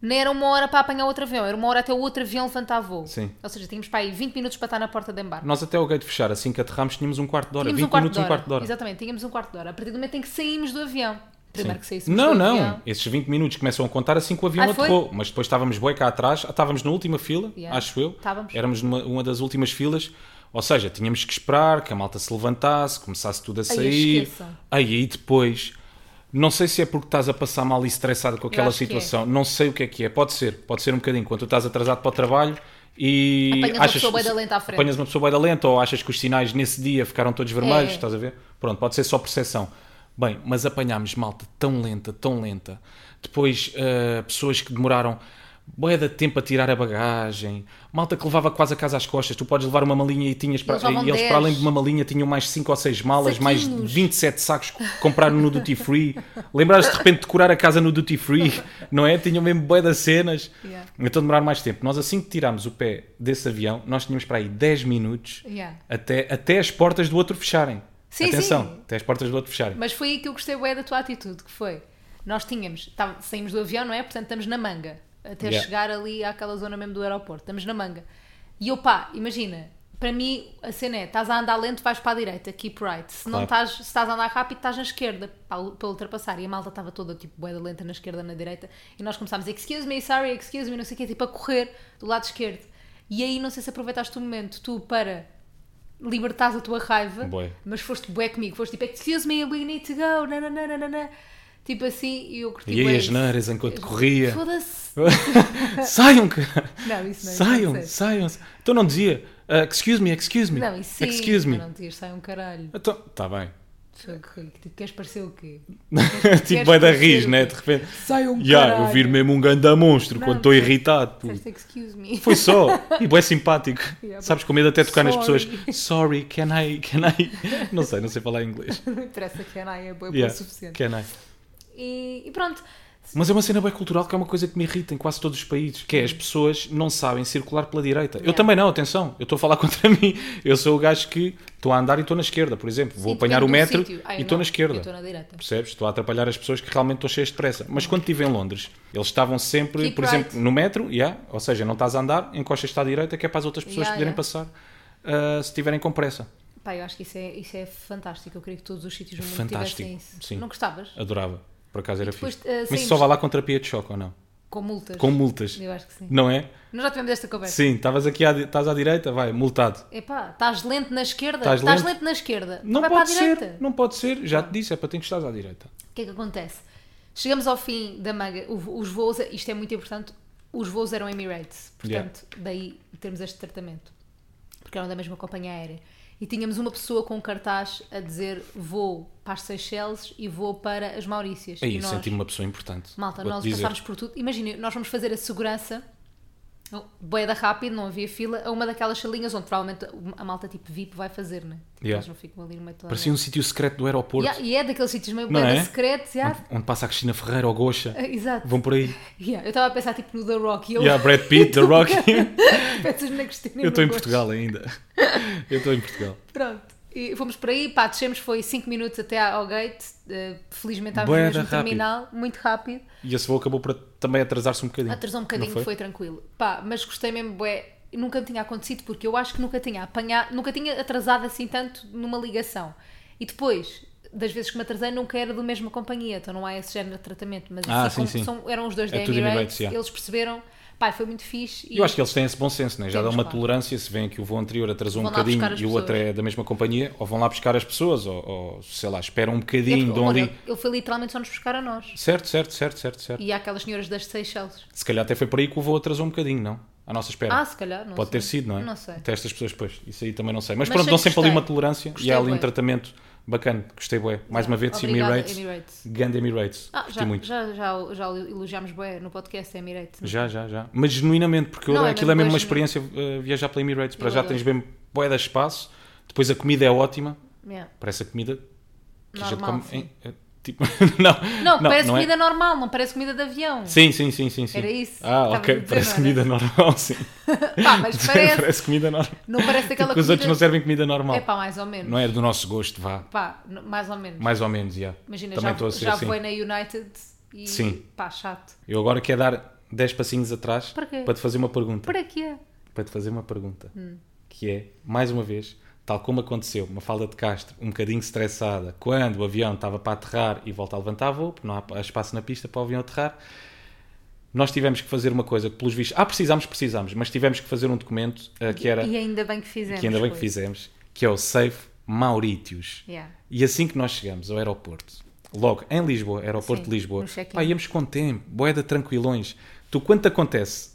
Speaker 1: não era uma hora para apanhar outro avião, era uma hora até o outro avião levantar voo.
Speaker 2: Sim.
Speaker 1: Ou seja, tínhamos para aí 20 minutos para estar na porta de embarque.
Speaker 2: Nós até o gate fechar, assim que aterramos, tínhamos um quarto de hora.
Speaker 1: Tínhamos
Speaker 2: 20 minutos, um quarto de hora.
Speaker 1: Exatamente, tínhamos um quarto de hora. A partir do momento em que saímos do avião. Primeiro
Speaker 2: Sim.
Speaker 1: que saíssemos
Speaker 2: Não,
Speaker 1: do
Speaker 2: não.
Speaker 1: avião.
Speaker 2: Esses 20 minutos começam a contar assim que o avião
Speaker 1: Ah, foi?
Speaker 2: aterrou. Mas depois estávamos boi cá atrás, ah, estávamos na última fila,
Speaker 1: Yeah.
Speaker 2: acho eu.
Speaker 1: Estávamos.
Speaker 2: Éramos numa uma das últimas filas. Ou seja, tínhamos que esperar que a malta se levantasse, começasse tudo a sair.
Speaker 1: esqueçam.
Speaker 2: Aí, aí depois. Não sei se é porque estás a passar mal e estressado com aquela
Speaker 1: acho que é.
Speaker 2: situação. Não sei o que é que é. Pode ser, pode ser um bocadinho. Quando tu estás atrasado para o trabalho e.
Speaker 1: Apanhas uma pessoa bué da lenta à frente.
Speaker 2: apanhas uma pessoa bué da lenta ou achas que os sinais nesse dia ficaram todos vermelhos,
Speaker 1: É.
Speaker 2: estás a ver? Pronto, pode ser só percepção. Bem, mas apanhámos malta tão lenta, tão lenta. Depois, eh, pessoas que demoraram Boé de tempo a tirar a bagagem, malta que levava quase a casa às costas. Tu podes levar uma malinha e tinhas para,
Speaker 1: Eles levam
Speaker 2: e eles,
Speaker 1: 10.
Speaker 2: para além de uma malinha, tinham mais 5 ou 6 malas, mais
Speaker 1: Saquinhos.
Speaker 2: 27 sacos que compraram no Duty Free. Lembraste de repente de curar a casa no Duty Free, não é? Tinham mesmo boé das cenas.
Speaker 1: Yeah.
Speaker 2: Então demoraram mais tempo. Nós, assim que tirámos o pé desse avião, nós tínhamos para aí 10 minutos
Speaker 1: Yeah.
Speaker 2: até, até as portas do outro fecharem.
Speaker 1: Sim,
Speaker 2: Atenção,
Speaker 1: sim.
Speaker 2: até as portas do outro fecharem.
Speaker 1: Mas foi aí que eu gostei bem da tua atitude, que foi. Nós tínhamos, tá- saímos do avião, não é? Portanto, estamos na manga. Até
Speaker 2: Yeah.
Speaker 1: chegar ali àquela zona mesmo do aeroporto. Estamos na manga. E eu pá, imagina, para mim a cena é, estás a andar lento, vais para a direita, keep right. Se não
Speaker 2: Claro.
Speaker 1: estás, se estás a andar rápido, estás na esquerda para, para ultrapassar. E a malta estava toda tipo boeda lenta na esquerda, na direita. E nós começámos, excuse me, sorry, excuse me, não sei o quê, tipo a correr do lado esquerdo. E aí não sei se aproveitaste o momento tu para libertares a tua raiva,
Speaker 2: Bué.
Speaker 1: mas foste bué comigo, foste tipo, excuse me, we need to go, nananana. Tipo assim, e eu curti
Speaker 2: E
Speaker 1: bué
Speaker 2: aí as
Speaker 1: isso.
Speaker 2: neiras enquanto corria.
Speaker 1: Foda-se.
Speaker 2: *laughs* saiam, cara.
Speaker 1: Não, é isso não
Speaker 2: saiam,
Speaker 1: isso
Speaker 2: saiam. Então não dizia, ah, excuse me, excuse me.
Speaker 1: Não, isso sim.
Speaker 2: excuse me.
Speaker 1: mas Não dias, sai um caralho.
Speaker 2: Então, tá bem.
Speaker 1: Foi que- Tipo, queres parecer o quê?
Speaker 2: *laughs* tipo, vai dar ris,
Speaker 1: parecer-
Speaker 2: né? De repente.
Speaker 1: Saiam
Speaker 2: Yeah, eu vir mesmo um ganda monstro
Speaker 1: Um Não,
Speaker 2: quando estou
Speaker 1: disseste-
Speaker 2: irritado. pô.
Speaker 1: Disseste excuse me. *laughs*
Speaker 2: Foi só. E é simpático.
Speaker 1: Yeah,
Speaker 2: Sabes, com medo até de tocar nas pessoas.
Speaker 1: Sorry.
Speaker 2: Sorry, can I, can
Speaker 1: *laughs*
Speaker 2: I? Não sei, não sei falar inglês.
Speaker 1: Parece que a Naya é boa
Speaker 2: Yeah,
Speaker 1: o suficiente.
Speaker 2: can I?
Speaker 1: E, e pronto.
Speaker 2: Mas é uma cena bem cultural que é uma coisa que me irrita em quase todos os países, que é
Speaker 1: Hum.
Speaker 2: as pessoas não sabem circular pela direita. Eu
Speaker 1: Yeah.
Speaker 2: também não, atenção, eu estou a falar *laughs* contra mim. Eu sou o gajo que estou a andar e estou na esquerda, por exemplo. Vou
Speaker 1: Sim,
Speaker 2: apanhar
Speaker 1: depende
Speaker 2: o
Speaker 1: do
Speaker 2: metro
Speaker 1: sítio. Ah, eu
Speaker 2: e estou
Speaker 1: não,
Speaker 2: na esquerda.
Speaker 1: Eu estou na direita.
Speaker 2: Percebes? Estou a atrapalhar as pessoas que realmente estão cheias de pressa. Mas quando estive em Londres, eles estavam sempre,
Speaker 1: Keep
Speaker 2: por
Speaker 1: right.
Speaker 2: exemplo, no metro, yeah, ou seja, não estás a andar, encostas-te à direita, que é para as outras pessoas
Speaker 1: Yeah,
Speaker 2: poderem
Speaker 1: yeah.
Speaker 2: passar ah, se estiverem com pressa.
Speaker 1: Pá, eu acho que isso é, isso é fantástico. Eu queria que todos os sítios no mundo
Speaker 2: Fantástico,
Speaker 1: tivessem isso.
Speaker 2: sim.
Speaker 1: Não gostavas?
Speaker 2: Adorava. Por acaso era
Speaker 1: depois,
Speaker 2: fixe.
Speaker 1: ah,
Speaker 2: Mas
Speaker 1: saímos-
Speaker 2: isso só vai lá com terapia de choque ou não?
Speaker 1: Com multas?
Speaker 2: Com multas.
Speaker 1: Eu acho que sim.
Speaker 2: Não é?
Speaker 1: Nós já tivemos esta conversa.
Speaker 2: Sim, estavas aqui à, di- estás à direita, vai, multado.
Speaker 1: Epá, estás lento na esquerda?
Speaker 2: Estás
Speaker 1: Estás lento,
Speaker 2: lento?
Speaker 1: na esquerda?
Speaker 2: Não
Speaker 1: Vai para
Speaker 2: pode
Speaker 1: a
Speaker 2: ser,
Speaker 1: direita. Ah.
Speaker 2: não pode ser. Já te disse, é para ti que estás à direita.
Speaker 1: O que é que acontece? Chegamos ao fim da manga. O- Os voos, isto é muito importante, os voos eram Emirates. Portanto, daí termos este tratamento. Porque eram da mesma companhia aérea. E tínhamos uma pessoa com um cartaz a dizer vou para as Seychelles e vou para as Maurícias.
Speaker 2: Aí
Speaker 1: e nós,
Speaker 2: senti-me uma pessoa importante.
Speaker 1: Malta,
Speaker 2: Vou-te
Speaker 1: nós
Speaker 2: dizer.
Speaker 1: passámos por tudo. Imagina, nós vamos fazer a segurança, boeda rápido, não havia fila, a uma daquelas salinhas onde provavelmente a malta tipo VIP vai fazer, né?
Speaker 2: Yeah.
Speaker 1: Eles não ficam ali no meio de toda a
Speaker 2: Parecia um sítio secreto do aeroporto,
Speaker 1: Yeah, e é daqueles sítios meio
Speaker 2: Não
Speaker 1: bué
Speaker 2: é?
Speaker 1: da secretos. Yeah.
Speaker 2: onde, onde passa a Cristina Ferreira ou Gocha.
Speaker 1: *laughs* Ah, Exato.
Speaker 2: Vão por aí.
Speaker 1: Yeah, Eu estava a pensar tipo no The Rock e eu
Speaker 2: Yeah, Brad Pitt, The
Speaker 1: *laughs*
Speaker 2: Rock.
Speaker 1: pensas na Cristina. e
Speaker 2: Eu estou em
Speaker 1: no Gosto.
Speaker 2: Portugal ainda. *laughs* Eu estou em Portugal.
Speaker 1: Pronto. E fomos por aí, pá, descemos, foi 5 minutos até ao gate. eh, felizmente estávamos
Speaker 2: Bué
Speaker 1: no
Speaker 2: da
Speaker 1: mesmo
Speaker 2: rápido.
Speaker 1: terminal, muito rápido.
Speaker 2: E esse voo acabou por também atrasar-se um bocadinho.
Speaker 1: Atrasou um
Speaker 2: não
Speaker 1: bocadinho, foi? tranquilo. Pá, mas gostei mesmo, bué. Nunca me tinha acontecido porque eu acho que nunca tinha apanhado, nunca tinha atrasado assim tanto numa ligação. E depois, das vezes que me atrasei, nunca era do mesma companhia, então não há esse género de tratamento. Mas
Speaker 2: Ah,
Speaker 1: assim,
Speaker 2: sim,
Speaker 1: como
Speaker 2: sim.
Speaker 1: são- eram os dois
Speaker 2: É
Speaker 1: da
Speaker 2: tudo
Speaker 1: Emirates,
Speaker 2: Emirates, yeah.
Speaker 1: eles perceberam, pá, foi muito fixe. E
Speaker 2: Eu acho que é eles têm esse bom senso, né? já dá
Speaker 1: Temos,
Speaker 2: uma
Speaker 1: claro.
Speaker 2: tolerância se vêem que o voo anterior atrasou um
Speaker 1: Vão lá
Speaker 2: bocadinho
Speaker 1: buscar as
Speaker 2: e o outro
Speaker 1: pessoas.
Speaker 2: é da mesma companhia, ou vão lá buscar as pessoas, ou, ou, sei lá, esperam um
Speaker 1: E é
Speaker 2: bocadinho,
Speaker 1: porque,
Speaker 2: dão
Speaker 1: olha,
Speaker 2: ali.
Speaker 1: Ele foi literalmente só nos buscar a nós.
Speaker 2: Certo, certo, certo, certo, certo.
Speaker 1: E aquelas senhoras das Seychelles.
Speaker 2: Se calhar até foi por aí que o voo atrasou um bocadinho, não? À nossa espera.
Speaker 1: Ah, se calhar, não
Speaker 2: É. Pode
Speaker 1: sei.
Speaker 2: ter sido, não é?
Speaker 1: Não sei.
Speaker 2: Até estas pessoas, pois, isso aí também não sei. Mas,
Speaker 1: Mas
Speaker 2: pronto,
Speaker 1: sei
Speaker 2: dão
Speaker 1: que
Speaker 2: sempre ali
Speaker 1: gostei.
Speaker 2: uma tolerância e
Speaker 1: Gostei
Speaker 2: há ali um
Speaker 1: bué.
Speaker 2: tratamento bacana. Gostei, bué. Mais uma vez, sim,
Speaker 1: Obrigada,
Speaker 2: Emirates.
Speaker 1: Emirates.
Speaker 2: Ganda Emirates.
Speaker 1: Ah,
Speaker 2: Gostei
Speaker 1: já,
Speaker 2: muito.
Speaker 1: já, já, já elogiámos bué no podcast é Emirates. não é?
Speaker 2: Já, já, já. Mas genuinamente, porque eu-
Speaker 1: Não, é
Speaker 2: aquilo é mesmo
Speaker 1: mesmo
Speaker 2: uma
Speaker 1: bué
Speaker 2: experiência uh, viajar pela Emirates. Para
Speaker 1: Eu
Speaker 2: já
Speaker 1: adoro.
Speaker 2: tens bem boé de espaço, depois a comida é ótima.
Speaker 1: Yeah.
Speaker 2: Parece a comida que a gente
Speaker 1: Normal,
Speaker 2: come.
Speaker 1: sim.
Speaker 2: em- eh, tipo, *laughs* não,
Speaker 1: Não, parece
Speaker 2: é.
Speaker 1: comida normal, não parece comida de
Speaker 2: *laughs*
Speaker 1: avião.
Speaker 2: Sim, sim, sim, sim, sim.
Speaker 1: Era isso
Speaker 2: Ah,
Speaker 1: que estavas a
Speaker 2: ok.
Speaker 1: dizer,
Speaker 2: Parece
Speaker 1: não
Speaker 2: comida
Speaker 1: era?
Speaker 2: normal, sim.
Speaker 1: Pá, mas parece.
Speaker 2: *laughs* Parece comida normal.
Speaker 1: Não parece aquela
Speaker 2: Porque os outros não
Speaker 1: comida.
Speaker 2: servem comida normal.
Speaker 1: É pá, mais ou menos.
Speaker 2: Não é do nosso gosto, vá.
Speaker 1: Pá, n- mais ou menos.
Speaker 2: Mais ou menos, já.
Speaker 1: Imagina,
Speaker 2: Também estou
Speaker 1: já,
Speaker 2: a ser
Speaker 1: já
Speaker 2: assim.
Speaker 1: foi na United e.
Speaker 2: Sim.
Speaker 1: Pá, chato.
Speaker 2: Eu agora quero dar 10 passinhos atrás
Speaker 1: Para quê?
Speaker 2: te fazer uma pergunta.
Speaker 1: Para quê?
Speaker 2: Para te fazer uma pergunta.
Speaker 1: Hum.
Speaker 2: Que é, mais uma vez, tal como aconteceu, uma falda de Castro, um bocadinho estressada, quando o avião estava para aterrar e volta a levantar voo, porque não há espaço na pista para o avião aterrar, nós tivemos que fazer uma coisa que, pelos vistos, ah, precisámos, precisámos, mas tivemos que fazer um documento ah, que era,
Speaker 1: E ainda bem que fizemos.
Speaker 2: que ainda bem que
Speaker 1: foi.
Speaker 2: fizemos, que é o Safe Maurítios.
Speaker 1: Yeah.
Speaker 2: E assim que nós chegamos ao aeroporto, logo em Lisboa, aeroporto
Speaker 1: Sim,
Speaker 2: de Lisboa,
Speaker 1: no check-in.
Speaker 2: pá, íamos com tempo, boeda tranquilões. Tu, quando te acontece,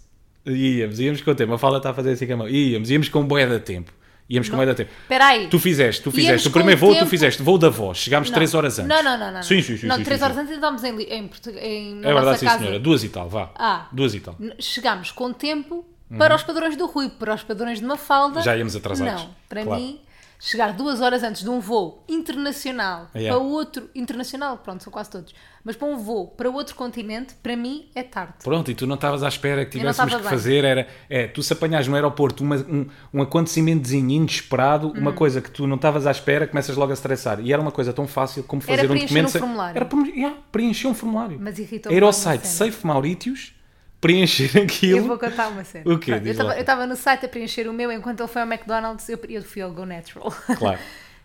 Speaker 2: íamos, íamos com tempo, a fala está a fazer assim com a mão, íamos, íamos com boeda tempo. Íamos com
Speaker 1: Não.
Speaker 2: medo a tempo.
Speaker 1: Espera aí.
Speaker 2: Tu fizeste, tu
Speaker 1: Íamos
Speaker 2: fizeste. O
Speaker 1: com
Speaker 2: primeiro
Speaker 1: o
Speaker 2: voo tu
Speaker 1: tempo-
Speaker 2: fizeste. Voo da voz. Chegámos
Speaker 1: Não.
Speaker 2: 3 horas antes.
Speaker 1: Não, não, não. não.
Speaker 2: Sim, sim, sim.
Speaker 1: Não,
Speaker 2: sim,
Speaker 1: 3
Speaker 2: sim,
Speaker 1: horas
Speaker 2: sim.
Speaker 1: antes estávamos em, Li- em, Portu- em na
Speaker 2: É verdade,
Speaker 1: nossa
Speaker 2: sim,
Speaker 1: casa.
Speaker 2: senhora. Duas e tal, vá.
Speaker 1: Ah.
Speaker 2: Duas e tal.
Speaker 1: N- Chegámos com tempo para os padrões do Rui, para os padrões de Mafalda.
Speaker 2: Já íamos atrasados.
Speaker 1: Não, para
Speaker 2: Claro.
Speaker 1: mim, chegar duas horas antes de um voo internacional
Speaker 2: Yeah.
Speaker 1: para outro. Internacional, pronto, são quase todos. Mas para um voo para outro continente, para mim é tarde.
Speaker 2: Pronto, e tu não estavas à espera que
Speaker 1: Eu não estava
Speaker 2: tivéssemos que
Speaker 1: bem.
Speaker 2: fazer. Era, é, tu se apanhas no aeroporto uma- um, um acontecimentozinho inesperado, uma
Speaker 1: Hum.
Speaker 2: coisa que tu não estavas à espera, começas logo a estressar. E era uma coisa tão fácil como
Speaker 1: Era
Speaker 2: fazer um
Speaker 1: preencher
Speaker 2: documento.
Speaker 1: um
Speaker 2: sem-
Speaker 1: formulário.
Speaker 2: Era pre- yeah, preencher um formulário.
Speaker 1: Mas irritou-me
Speaker 2: Era ao
Speaker 1: mais uma
Speaker 2: site
Speaker 1: cena.
Speaker 2: Safe Mauritius, preencher aquilo.
Speaker 1: Eu vou contar uma cena.
Speaker 2: O quê?
Speaker 1: Pronto,
Speaker 2: Diz
Speaker 1: eu estava-
Speaker 2: lá.
Speaker 1: eu estava no site a preencher o meu, enquanto ele foi ao McDonald's, eu, eu fui ao Go Natural. *laughs*
Speaker 2: Claro. Uhum.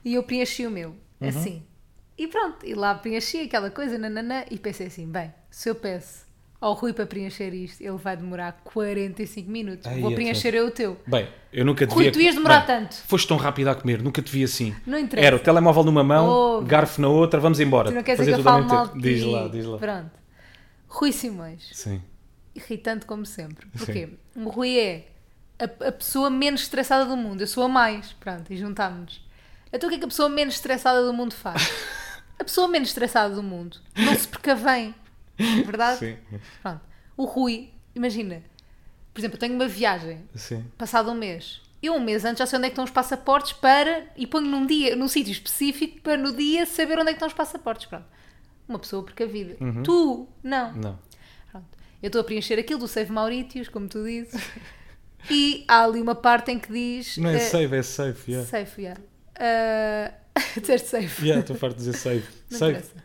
Speaker 1: e eu preenchi o meu, assim. E pronto, e lá preenchi aquela coisa, nananã, e pensei assim, bem, se eu peço ao Rui para preencher isto, ele vai demorar 45 minutos,
Speaker 2: Ai,
Speaker 1: vou
Speaker 2: é
Speaker 1: preencher eu o teu.
Speaker 2: Bem, eu nunca
Speaker 1: Rui,
Speaker 2: devia.
Speaker 1: tu ias demorar
Speaker 2: Bem,
Speaker 1: tanto.
Speaker 2: Foste tão rápido a comer, nunca te vi assim.
Speaker 1: Não interessa.
Speaker 2: Era o telemóvel numa mão,
Speaker 1: Oh.
Speaker 2: garfo na outra, vamos embora.
Speaker 1: Tu não queres
Speaker 2: Fazer
Speaker 1: dizer que eu
Speaker 2: tudo ao
Speaker 1: falo
Speaker 2: mesmo
Speaker 1: mal
Speaker 2: tempo.
Speaker 1: de
Speaker 2: Diz
Speaker 1: ti.
Speaker 2: lá, diz lá.
Speaker 1: Pronto. Rui Simões,
Speaker 2: Sim.
Speaker 1: irritante como sempre. Porquê?
Speaker 2: Sim.
Speaker 1: O Rui é a, a pessoa menos estressada do mundo. Eu sou a mais. Pronto, e juntámos-nos. Então o que é que a pessoa menos estressada do mundo faz? A pessoa menos estressada do mundo não se precavém. É Verdade?
Speaker 2: Sim.
Speaker 1: Pronto. O Rui, imagina, por exemplo, eu tenho uma viagem
Speaker 2: Sim.
Speaker 1: passado um mês. Eu, um mês antes, já sei onde é que estão os passaportes para. e ponho num dia, num sítio específico, para no dia saber onde é que estão os passaportes. Pronto. Uma pessoa precavida. Tu, não.
Speaker 2: Uhum. Não.
Speaker 1: Pronto. Eu estou a preencher aquilo do Save Mauritius, como tu dizes, e há ali uma parte em que diz.
Speaker 2: Não é
Speaker 1: eh,
Speaker 2: safe, é safe. Yeah.
Speaker 1: Safe, yeah. Ah, *laughs* disseste safe.
Speaker 2: Yeah, estou farto de dizer safe.
Speaker 1: *laughs* Não
Speaker 2: safe.
Speaker 1: interessa.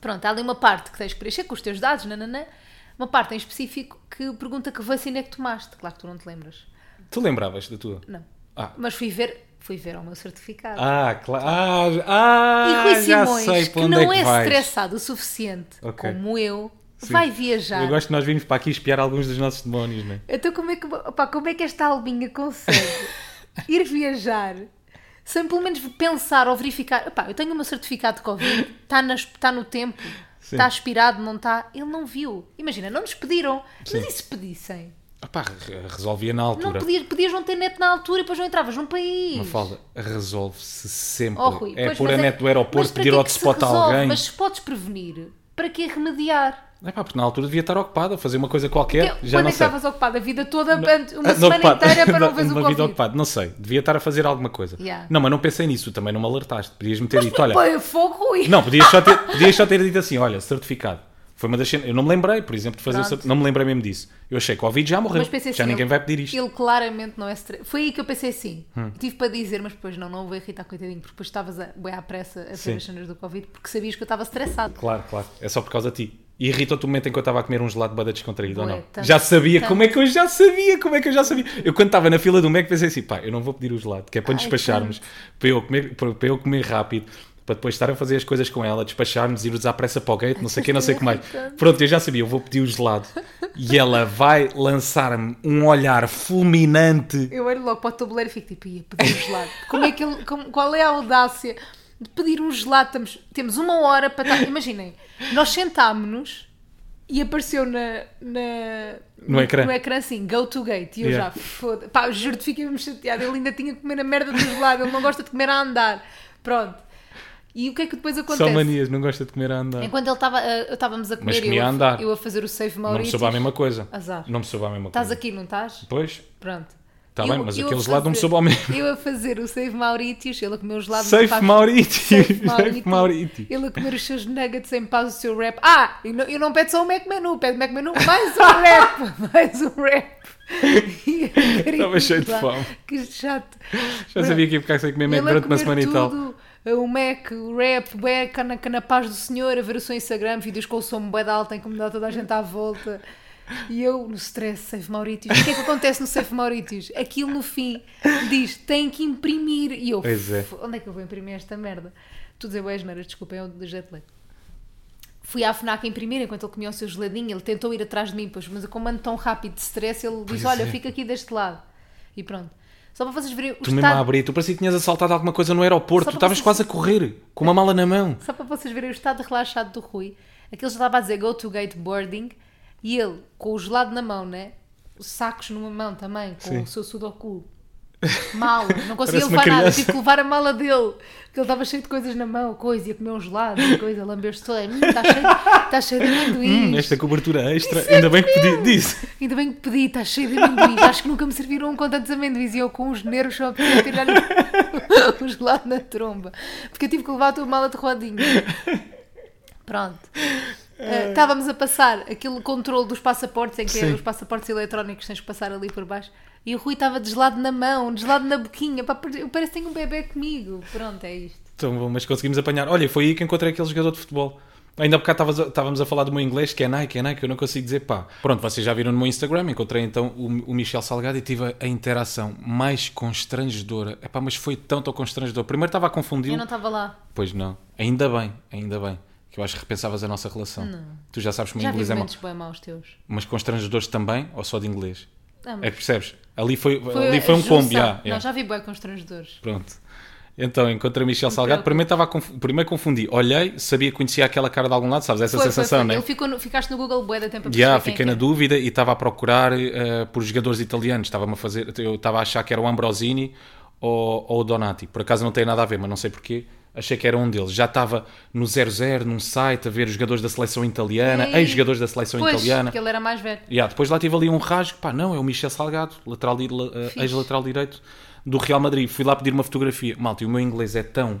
Speaker 1: Pronto, há ali uma parte que tens que preencher com os teus dados, nananã. Uma parte em específico que pergunta que vacina é que tomaste. Claro que tu não te lembras.
Speaker 2: Tu lembravas da tua?
Speaker 1: Não.
Speaker 2: Ah.
Speaker 1: Mas fui ver, fui ver ao meu certificado.
Speaker 2: Ah, claro. Ah, ah,
Speaker 1: e Rui
Speaker 2: já
Speaker 1: Simões,
Speaker 2: sei para
Speaker 1: que
Speaker 2: onde
Speaker 1: não
Speaker 2: é
Speaker 1: é,
Speaker 2: que vais.
Speaker 1: estressado o suficiente,
Speaker 2: Ok.
Speaker 1: como eu,
Speaker 2: Sim.
Speaker 1: vai viajar.
Speaker 2: Eu gosto de nós virmos para aqui espiar alguns dos nossos demónios, não é?
Speaker 1: Então como é que, opá, como é que esta albinha
Speaker 2: *laughs*
Speaker 1: consegue ir viajar sem pelo menos pensar ou verificar? Opá, eu tenho o meu certificado de Covid, está, nas- está no tempo,
Speaker 2: Sim.
Speaker 1: está expirado, não está. Ele não viu. Imagina, não nos pediram.
Speaker 2: Sim.
Speaker 1: Mas e se pedissem?
Speaker 2: Ah, pá, re- resolvia na
Speaker 1: Não
Speaker 2: altura.
Speaker 1: podias, podias não ter net na altura e depois não entravas num país.
Speaker 2: Uma falda resolve-se sempre.
Speaker 1: Oh, Rui,
Speaker 2: é
Speaker 1: pois,
Speaker 2: pôr a
Speaker 1: mas
Speaker 2: net do
Speaker 1: mas
Speaker 2: aeroporto,
Speaker 1: para
Speaker 2: pedir
Speaker 1: que é
Speaker 2: ao
Speaker 1: que se
Speaker 2: spot a
Speaker 1: resolve?
Speaker 2: alguém.
Speaker 1: Mas se podes prevenir, para que remediar?
Speaker 2: É pá, porque na altura devia estar ocupada, a fazer uma coisa qualquer.
Speaker 1: Porque
Speaker 2: já
Speaker 1: quando
Speaker 2: não
Speaker 1: é que
Speaker 2: sei.
Speaker 1: estavas ocupado a vida toda, uma
Speaker 2: *laughs* Ah,
Speaker 1: semana
Speaker 2: ocupado.
Speaker 1: inteira para
Speaker 2: *laughs*
Speaker 1: não veres o
Speaker 2: Uma
Speaker 1: Covid?
Speaker 2: vida ocupada, não sei. Devia estar a fazer alguma coisa.
Speaker 1: Yeah.
Speaker 2: Não, mas não pensei nisso, tu também não me alertaste. Podias-me ter dito, olha,
Speaker 1: Põe fogo, Rui.
Speaker 2: Não, podias só, ter, podias só ter dito assim: olha, certificado. Foi uma das cenas. Eu não me lembrei, por exemplo, de fazer. o
Speaker 1: Pronto.
Speaker 2: certi- Não me lembrei mesmo disso. Eu achei que o Covid já morreu.
Speaker 1: Mas pensei
Speaker 2: já
Speaker 1: assim,
Speaker 2: ninguém
Speaker 1: ele-
Speaker 2: vai pedir isto. Hum.
Speaker 1: Ele claramente não é stress. Foi aí que eu pensei assim. Tive para dizer, mas depois não, não vou irritar, coitadinho, porque depois estavas a, bué à pressa a
Speaker 2: Sim.
Speaker 1: fazer as cenas do Covid porque sabias que eu estava estressado.
Speaker 2: Claro, claro. É só por causa de ti. E irritou-te o momento em que eu estava a comer um gelado de bada descontraído, ou
Speaker 1: Ué,
Speaker 2: não?
Speaker 1: tanto,
Speaker 2: já sabia,
Speaker 1: tanto.
Speaker 2: como é que eu já sabia, como é que eu já sabia. Eu quando estava na fila do Mac pensei assim, pá, eu não vou pedir o gelado, que é para
Speaker 1: Ai,
Speaker 2: despacharmos, para eu, comer, para, para eu comer rápido, para depois estar a fazer as coisas com ela, despacharmos, irmos à pressa para o gate, não sei o que, não sei o
Speaker 1: *laughs*
Speaker 2: que mais.
Speaker 1: Irritante.
Speaker 2: Pronto, eu já sabia, eu vou pedir o gelado. E ela vai lançar-me um olhar fulminante.
Speaker 1: Eu olho logo para o tabuleiro e fico tipo, ia pedir um gelado. *laughs* Como é que ele, como- qual é a audácia de pedir um gelado? Estamos- temos uma hora para estar. Imaginem, nós sentámos-nos e apareceu na, na-
Speaker 2: No ecrã.
Speaker 1: no ecrã assim, go to gate. E eu
Speaker 2: Yeah.
Speaker 1: já, foda pá, juro-te, fiquei-me chateada. Ele ainda tinha que comer a merda do gelado, ele não gosta de comer a andar. Pronto. E o que é que depois acontece?
Speaker 2: Só manias, não gosta de comer a andar.
Speaker 1: Enquanto ele estava, a- estávamos a comer,
Speaker 2: comia
Speaker 1: eu,
Speaker 2: a andar.
Speaker 1: eu a fazer o save
Speaker 2: Não me
Speaker 1: Maurício.
Speaker 2: soube a mesma coisa.
Speaker 1: Azar.
Speaker 2: Não me soube a mesma
Speaker 1: Estás
Speaker 2: coisa.
Speaker 1: aqui, não estás?
Speaker 2: Pois,
Speaker 1: Pronto.
Speaker 2: Tá
Speaker 1: Eu-
Speaker 2: bem, mas
Speaker 1: eu
Speaker 2: aquele
Speaker 1: a
Speaker 2: gelado não me
Speaker 1: fazer-
Speaker 2: soube ao mesmo.
Speaker 1: Eu a fazer o Save Mauritius, ele a comer o gelado não
Speaker 2: Safe
Speaker 1: faz-
Speaker 2: *laughs* Mauritius.
Speaker 1: Safe
Speaker 2: Safe Mauritius.
Speaker 1: Ele a comer os seus nuggets em paz, o seu rap. Ah, eu não, eu não pedo só um Mac Menu, pedo Mac Menu, mais um
Speaker 2: *laughs*
Speaker 1: rap, mais um rap. E eu queria
Speaker 2: Estava cheio de
Speaker 1: dizer,
Speaker 2: fome.
Speaker 1: Que chato.
Speaker 2: Já sabia que ia ficar sem comer Mac durante uma semana e tal.
Speaker 1: e tal. O Mac, o rap, bué, cá na, cá na paz do senhor, a ver o seu Instagram, vídeos com o som bué de alta, a incomodar toda a gente à volta. E eu no stress, Safe Mauritius. O que é que acontece no Safe Mauritius? Aquilo no fim diz, tem que imprimir. E eu,
Speaker 2: Pois é.
Speaker 1: "F- onde é que eu vou imprimir esta merda? Tu dizer bué as merdas, desculpem, é o de jet lag. Fui à FNAC imprimir enquanto ele comia o seu geladinho, ele tentou ir atrás de mim, pois, mas eu como ando tão rápido de stress, ele diz,
Speaker 2: Pois
Speaker 1: olha,
Speaker 2: é.
Speaker 1: fica aqui deste lado. E pronto. Só para vocês verem o
Speaker 2: Tu mesmo a
Speaker 1: estado...
Speaker 2: abrir, tu parecia que tinhas assaltado alguma coisa no aeroporto,
Speaker 1: Só
Speaker 2: tu
Speaker 1: para
Speaker 2: estavas
Speaker 1: vocês-
Speaker 2: quase a correr, com uma mala na mão.
Speaker 1: Só para vocês verem o estado relaxado do Rui, aquele já estava a dizer go to gate boarding e ele, com o gelado na mão, né? Os sacos numa mão também, com
Speaker 2: Sim.
Speaker 1: o seu sudoku Mal, não conseguia
Speaker 2: Parece uma
Speaker 1: levar nada,
Speaker 2: criança.
Speaker 1: tive que levar a mala dele, porque ele estava cheio de coisas na mão, coisa, ia comer um gelado, e coisa, lambeu-se toda, hum, está cheio, está cheio de amendoim,
Speaker 2: *laughs* Hum, esta cobertura extra,
Speaker 1: é
Speaker 2: ainda bem que pedi, disse.
Speaker 1: ainda bem que pedi, está cheio de amendoins, acho que nunca me serviram um com tantos amendoins, e eu com os nervos só a poder tirar *laughs* o gelado na tromba, porque eu tive que levar a tua mala de rodinha. Pronto. Ah, estávamos a passar aquele controle dos passaportes, em que
Speaker 2: Sim.
Speaker 1: os passaportes eletrónicos tens que passar ali por baixo, e o Rui estava deslado na mão, deslado na boquinha, pá, pare- eu parece que tenho um bebê comigo. Pronto, é isto.
Speaker 2: Então, bom, mas conseguimos apanhar. Olha, foi aí que encontrei aquele jogador de futebol. Ainda há bocado estavas a- estávamos a falar do meu inglês, que é Nike, é Nike, eu não consigo dizer pá. Pronto, vocês já viram no meu Instagram, encontrei então o, o Michel Salgado e tive a, a interação mais constrangedora. Epá, mas foi tão, tão constrangedor. Primeiro estava a confundir.
Speaker 1: Eu não estava lá.
Speaker 2: Pois não. Ainda bem, ainda bem. Que eu acho que repensavas a nossa relação. Tu já sabes que o meu
Speaker 1: Já vi
Speaker 2: inglês é mau.
Speaker 1: momentos bem maus teus.
Speaker 2: Mas constrangedores também, ou só de inglês?
Speaker 1: Ah, mas
Speaker 2: É que percebes? Ali foi, ali foi um
Speaker 1: junção.
Speaker 2: combo, já, já.
Speaker 1: Não, já vi bem constrangedores.
Speaker 2: Pronto. Então, encontrei Michel Salgado. Primeiro, estava a conf... Primeiro confundi. Olhei, sabia que conhecia aquela cara de algum lado, sabes? Essa
Speaker 1: Foi, foi,
Speaker 2: sensação,
Speaker 1: foi.
Speaker 2: né?
Speaker 1: Ele ficou no- ficaste no Google Bué da tempo a
Speaker 2: Já,
Speaker 1: perceber quem é
Speaker 2: fiquei
Speaker 1: que
Speaker 2: na
Speaker 1: era.
Speaker 2: dúvida e estava a procurar eh, por jogadores italianos. Estava-me a fazer, eu estava a achar que era o Ambrosini ou, ou o Donati. Por acaso não tem nada a ver, mas não sei porquê. Achei que era um deles. Já estava no 00, num site, a ver os jogadores da seleção italiana,
Speaker 1: Ei.
Speaker 2: ex-jogadores da seleção
Speaker 1: Pois,
Speaker 2: italiana.
Speaker 1: porque ele era mais velho.
Speaker 2: Ya, depois lá tive ali um rasgo, pá, não, é o Michel Salgado, lateral di- la- eh,
Speaker 1: Fixe.
Speaker 2: ex-lateral direito do Real Madrid. Fui lá pedir uma fotografia. Malta, e o meu inglês é tão,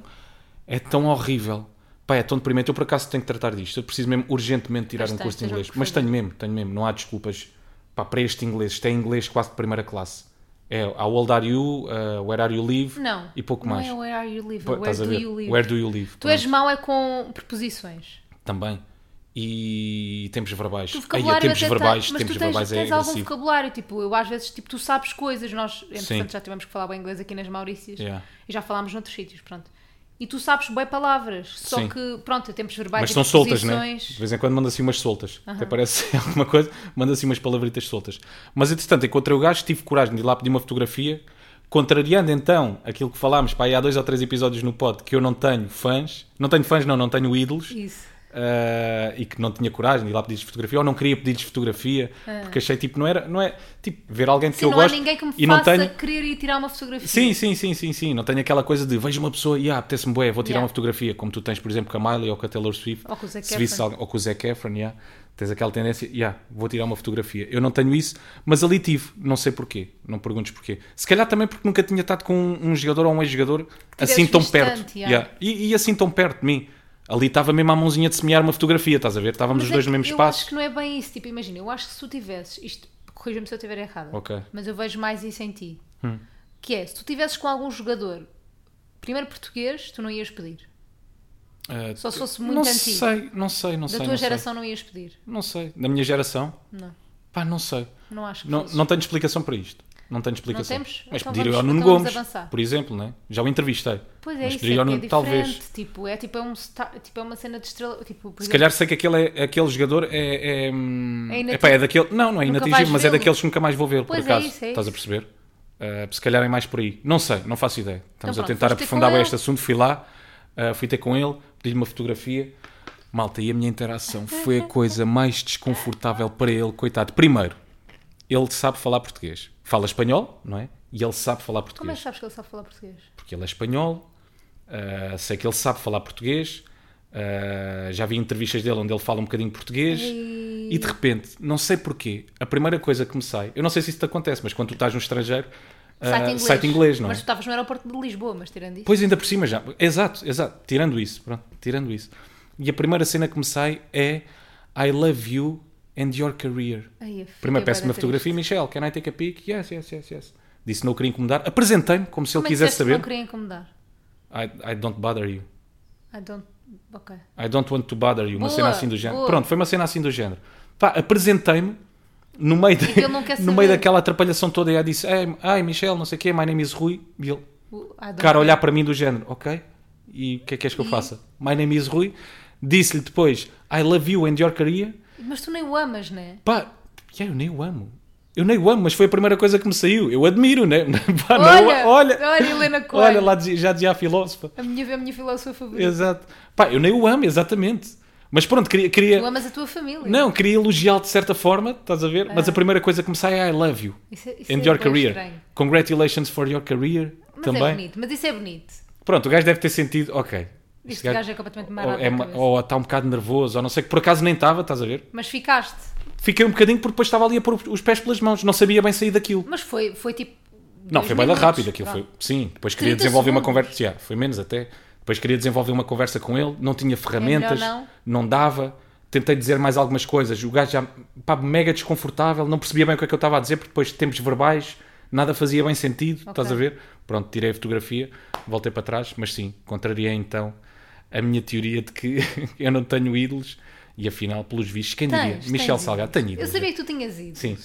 Speaker 2: é tão horrível. Pá, é tão deprimente. Eu por acaso tenho que tratar disto. Eu preciso mesmo urgentemente tirar
Speaker 1: Pois
Speaker 2: um
Speaker 1: tens,
Speaker 2: curso de
Speaker 1: tens mesmo
Speaker 2: inglês.
Speaker 1: que
Speaker 2: Mas
Speaker 1: fazer.
Speaker 2: tenho mesmo, tenho mesmo. Não há desculpas pá, para este inglês. Isto é inglês quase de primeira classe. É how old are you, eh, where are you live
Speaker 1: Não.
Speaker 2: e pouco mais.
Speaker 1: Não é where are you live,
Speaker 2: Pá,
Speaker 1: é where
Speaker 2: estás a
Speaker 1: do
Speaker 2: ver?
Speaker 1: you live.
Speaker 2: Where do you live?
Speaker 1: Tu és mau é com preposições.
Speaker 2: Também. E tempos verbais.
Speaker 1: O
Speaker 2: Aí,
Speaker 1: vocabulário
Speaker 2: tempos
Speaker 1: até
Speaker 2: verbais,
Speaker 1: tá, mas
Speaker 2: tempos
Speaker 1: tu tens,
Speaker 2: verbais é
Speaker 1: tens algum
Speaker 2: agressivo.
Speaker 1: vocabulário, tipo, eu às vezes, tipo, tu sabes coisas, nós,
Speaker 2: Sim.
Speaker 1: entretanto, já tivemos que falar bem inglês aqui nas Maurícias
Speaker 2: Yeah.
Speaker 1: e já falámos noutros sítios, pronto. E tu sabes bem palavras, só
Speaker 2: Sim.
Speaker 1: que, pronto, tempos verbais
Speaker 2: Mas
Speaker 1: e
Speaker 2: são soltas, né?
Speaker 1: preposições.
Speaker 2: De vez em quando manda assim umas soltas. Até parece *laughs* alguma coisa, manda assim umas palavritas soltas. Mas entretanto, encontrei o gajo, tive coragem de ir lá pedir uma fotografia, contrariando então aquilo que falámos pá, aí há dois ou três episódios no pod, que eu não tenho fãs, não tenho fãs, não, não tenho ídolos.
Speaker 1: Isso.
Speaker 2: ah, e que não tinha coragem de ir lá pedir-lhes fotografia, ou não queria pedir-lhes fotografia, porque achei tipo, não era, não é, tipo, ver alguém que
Speaker 1: Sim,
Speaker 2: eu
Speaker 1: não
Speaker 2: gosto
Speaker 1: há ninguém que me
Speaker 2: e não
Speaker 1: faça
Speaker 2: tenho,
Speaker 1: querer ir tirar uma fotografia.
Speaker 2: Sim, sim, sim, sim, sim. Não tenho aquela coisa de vejo uma pessoa e ah, apetece-me bué, vou tirar
Speaker 1: Yeah.
Speaker 2: uma fotografia, como tu tens, por exemplo, com a Miley ou com a Taylor Swift.
Speaker 1: Ou com o Zac
Speaker 2: Se visse
Speaker 1: Efron.
Speaker 2: alguém- ou com o Zac Efron, yeah. Tens aquela tendência, yeah, vou tirar uma fotografia. Eu não tenho isso, mas ali tive. Não sei porquê. Não perguntes porquê. Se calhar também porque nunca tinha estado com um, um jogador ou um ex-jogador assim tão
Speaker 1: distante,
Speaker 2: perto.
Speaker 1: yeah.
Speaker 2: Yeah. E, e assim tão perto de mim. Ali estava mesmo à mãozinha de semear uma fotografia, estás a ver? Estávamos
Speaker 1: Mas
Speaker 2: os
Speaker 1: é
Speaker 2: dois
Speaker 1: que
Speaker 2: no mesmo
Speaker 1: eu
Speaker 2: espaço.
Speaker 1: acho que não é bem isso. Tipo, imagina, eu acho que se tu tivesses, isto, corrija-me se eu estiver errada,
Speaker 2: Ok. Hum.
Speaker 1: mas eu vejo mais isso em ti. Que é, se tu tivesses com algum jogador, primeiro português, tu não ias pedir.
Speaker 2: Ah,
Speaker 1: Só se fosse muito
Speaker 2: não
Speaker 1: antigo.
Speaker 2: sei, não sei, não
Speaker 1: Da
Speaker 2: sei.
Speaker 1: tua
Speaker 2: não sei.
Speaker 1: geração não ias pedir.
Speaker 2: Não sei. Da minha geração?
Speaker 1: Não.
Speaker 2: Pá, não sei.
Speaker 1: Não acho que
Speaker 2: Não,
Speaker 1: fosses.
Speaker 2: não tenho explicação para isto. Não tenho explicação.
Speaker 1: Não temos?
Speaker 2: Mas
Speaker 1: Então
Speaker 2: pedir
Speaker 1: vamos-
Speaker 2: ao Nuno
Speaker 1: então vamos
Speaker 2: Gomes,
Speaker 1: avançar.
Speaker 2: por exemplo, né? já o entrevistei.
Speaker 1: Pois é,
Speaker 2: mas
Speaker 1: isso é,
Speaker 2: pedir ao
Speaker 1: que é
Speaker 2: Nuno,
Speaker 1: diferente.
Speaker 2: talvez.
Speaker 1: Tipo, é tipo, é um, sta- tipo, é uma cena de estrela. Tipo, por
Speaker 2: Se
Speaker 1: exemplo,
Speaker 2: calhar sei que aquele, é- aquele jogador é. É, hum,
Speaker 1: É inatingível.
Speaker 2: epá, é daquele. Não, não é
Speaker 1: Nunca
Speaker 2: inatingível,
Speaker 1: vais
Speaker 2: mas é
Speaker 1: vê-lo.
Speaker 2: daqueles que nunca mais vou ver,
Speaker 1: Pois
Speaker 2: por
Speaker 1: é
Speaker 2: acaso.
Speaker 1: isso, é
Speaker 2: Estás a
Speaker 1: isso.
Speaker 2: perceber? Ah, se calhar é mais por aí. Não sei, não faço ideia. Estamos
Speaker 1: Então pronto,
Speaker 2: a tentar
Speaker 1: foste ter
Speaker 2: aprofundar
Speaker 1: com
Speaker 2: bem
Speaker 1: ele.
Speaker 2: este assunto. Fui lá, ah, fui ter com ele, pedi-lhe uma fotografia. Malta, e a minha interação foi a coisa mais desconfortável para ele, coitado. Primeiro, ele sabe falar português. Fala espanhol, não é? E ele sabe falar português
Speaker 1: como é que sabes que ele sabe falar português?
Speaker 2: porque ele é espanhol, ah, sei que ele sabe falar português, ah, já vi entrevistas dele onde ele fala um bocadinho português.
Speaker 1: E-
Speaker 2: E de repente, não sei porquê, a primeira coisa que me sai, eu não sei se isso te acontece, mas quando tu estás no estrangeiro, ah,
Speaker 1: Site inglês.
Speaker 2: site inglês, não é?
Speaker 1: Mas tu estavas no aeroporto de Lisboa, mas tirando isso.
Speaker 2: Pois ainda por cima já. Exato, exato. Tirando isso, pronto, tirando isso. E a primeira cena que me sai é I love you and your career.
Speaker 1: Ai, eu fiquei
Speaker 2: Primeiro
Speaker 1: É bué
Speaker 2: peço uma
Speaker 1: triste.
Speaker 2: fotografia, Michelle, can I take a pic? Yes, yes, yes, yes. Disse não o queria incomodar. Apresentei-me como se
Speaker 1: Como é
Speaker 2: ele
Speaker 1: que
Speaker 2: quisesse
Speaker 1: disseste que
Speaker 2: saber.
Speaker 1: Não queria incomodar.
Speaker 2: I, I don't bother you.
Speaker 1: I don't. Ok.
Speaker 2: I don't want to bother you. Uma
Speaker 1: Boa,
Speaker 2: cena assim do género.
Speaker 1: boa.
Speaker 2: Pronto, foi uma cena assim do género. Pá, apresentei-me no meio, da-
Speaker 1: que ele não quer
Speaker 2: *laughs* no
Speaker 1: saber.
Speaker 2: meio daquela atrapalhação toda e aí disse: Ai, ai Michelle, não sei o quê, my name is Rui. E ele,
Speaker 1: O- I don't
Speaker 2: cara,
Speaker 1: know.
Speaker 2: a olhar para mim do género, ok? E o que é que és que eu faça? My name is Rui. Disse-lhe depois: I love you and your career.
Speaker 1: Mas tu nem o amas, né?
Speaker 2: Pá, yeah, eu nem o amo. Eu nem o amo, mas foi a primeira coisa que me saiu. Eu admiro, né? *laughs* Pá, não,
Speaker 1: olha,
Speaker 2: olha,
Speaker 1: olha,
Speaker 2: *laughs*
Speaker 1: é. Helena Coelho.
Speaker 2: olha, lá dizia- já dizia a filósofa.
Speaker 1: A minha, a minha filósofa favorita.
Speaker 2: Exato. Pá, eu nem o amo, exatamente. Mas pronto, queria.
Speaker 1: Tu
Speaker 2: queria
Speaker 1: amas a tua família.
Speaker 2: não, queria elogiá-lo de certa forma, estás a ver? Mas a primeira coisa que me sai é I love you.
Speaker 1: Isso, é- isso é
Speaker 2: And your
Speaker 1: bué
Speaker 2: career.
Speaker 1: estranho.
Speaker 2: Congratulations for your career.
Speaker 1: Mas é
Speaker 2: também.
Speaker 1: bonito, mas isso é bonito.
Speaker 2: Pronto, o gajo deve ter sentido, ok. este
Speaker 1: Este gajo é completamente
Speaker 2: ou,
Speaker 1: marado.
Speaker 2: é,
Speaker 1: na
Speaker 2: ma-
Speaker 1: cabeça.
Speaker 2: ou está um bocado nervoso, ou não sei, que por acaso nem estava, estás a ver?
Speaker 1: Mas ficaste.
Speaker 2: Fiquei um bocadinho porque depois estava ali a pôr os pés pelas mãos, não sabia bem sair daquilo.
Speaker 1: Mas foi, foi tipo.
Speaker 2: Não,
Speaker 1: dois
Speaker 2: foi bem
Speaker 1: minutos.
Speaker 2: rápido aquilo. Foi, um
Speaker 1: Pronto.
Speaker 2: sim, depois queria
Speaker 1: 30
Speaker 2: desenvolver uma
Speaker 1: segundos.
Speaker 2: conversa. já, foi menos até. Depois queria desenvolver uma conversa com ele, não tinha ferramentas,
Speaker 1: É não.
Speaker 2: não dava. Tentei dizer mais algumas coisas. O gajo já, pá, mega desconfortável, não percebia bem o que é que eu estava a dizer, porque depois de tempos verbais nada fazia bem sentido. Estás a ver? Pronto, tirei a fotografia, voltei para trás, mas sim, contrariei então a minha teoria de que *laughs* eu não tenho ídolos e afinal, pelos vistos, quem
Speaker 1: Tens,
Speaker 2: diria?
Speaker 1: tens
Speaker 2: Michel
Speaker 1: ídolos.
Speaker 2: Salgado, tenho ídolos.
Speaker 1: Eu sabia que tu tinhas ido.
Speaker 2: Sim.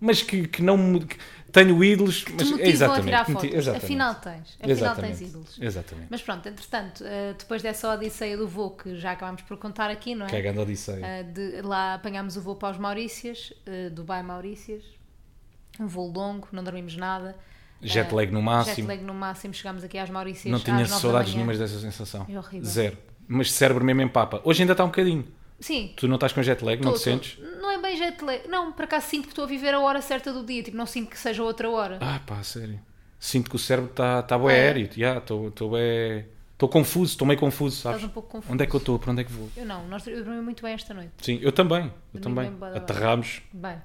Speaker 2: Mas que, que não me- que tenho ídolos.
Speaker 1: Te
Speaker 2: mas,
Speaker 1: motivam
Speaker 2: exatamente,
Speaker 1: a tirar
Speaker 2: que me ti-
Speaker 1: fotos.
Speaker 2: exatamente.
Speaker 1: Afinal tens. Afinal tens
Speaker 2: Exatamente.
Speaker 1: ídolos.
Speaker 2: Exatamente.
Speaker 1: Mas pronto, entretanto, eh, depois dessa odisseia do voo que já acabámos por contar aqui, não é?
Speaker 2: Que é a grande odisseia.
Speaker 1: Eh, de- lá apanhámos o voo para os Maurícias, eh, Dubai Maurícias. Um voo longo, não dormimos nada.
Speaker 2: Jet lag no
Speaker 1: Máximo.
Speaker 2: máximo.
Speaker 1: ah, Jet lag no máximo, chegámos aqui às Maurícias.
Speaker 2: não
Speaker 1: às
Speaker 2: tinha
Speaker 1: nove da
Speaker 2: saudades
Speaker 1: manhã.
Speaker 2: nenhumas dessa sensação.
Speaker 1: É horrível.
Speaker 2: Zero. Mas cérebro mesmo em papa. Hoje ainda está um bocadinho.
Speaker 1: Sim.
Speaker 2: Tu não estás com jet lag, não
Speaker 1: tô-
Speaker 2: te sentes?
Speaker 1: tô- Não é bem jet lag. Não, por acaso sinto que estou a viver a hora certa do dia. Tipo, não sinto que seja outra hora.
Speaker 2: Ah, pá, sério. Sinto que o cérebro está tá bem
Speaker 1: É.
Speaker 2: aéreo. Estou bué- tô confuso, estou meio confuso, sabes?
Speaker 1: Estás um pouco confuso.
Speaker 2: Onde é que eu estou? Para onde é que vou?
Speaker 1: Eu não, nós, eu dormi muito bem esta noite.
Speaker 2: Sim, eu também. Eu
Speaker 1: Dormi
Speaker 2: também.
Speaker 1: bem, bora lá.
Speaker 2: Aterramos.
Speaker 1: Bem,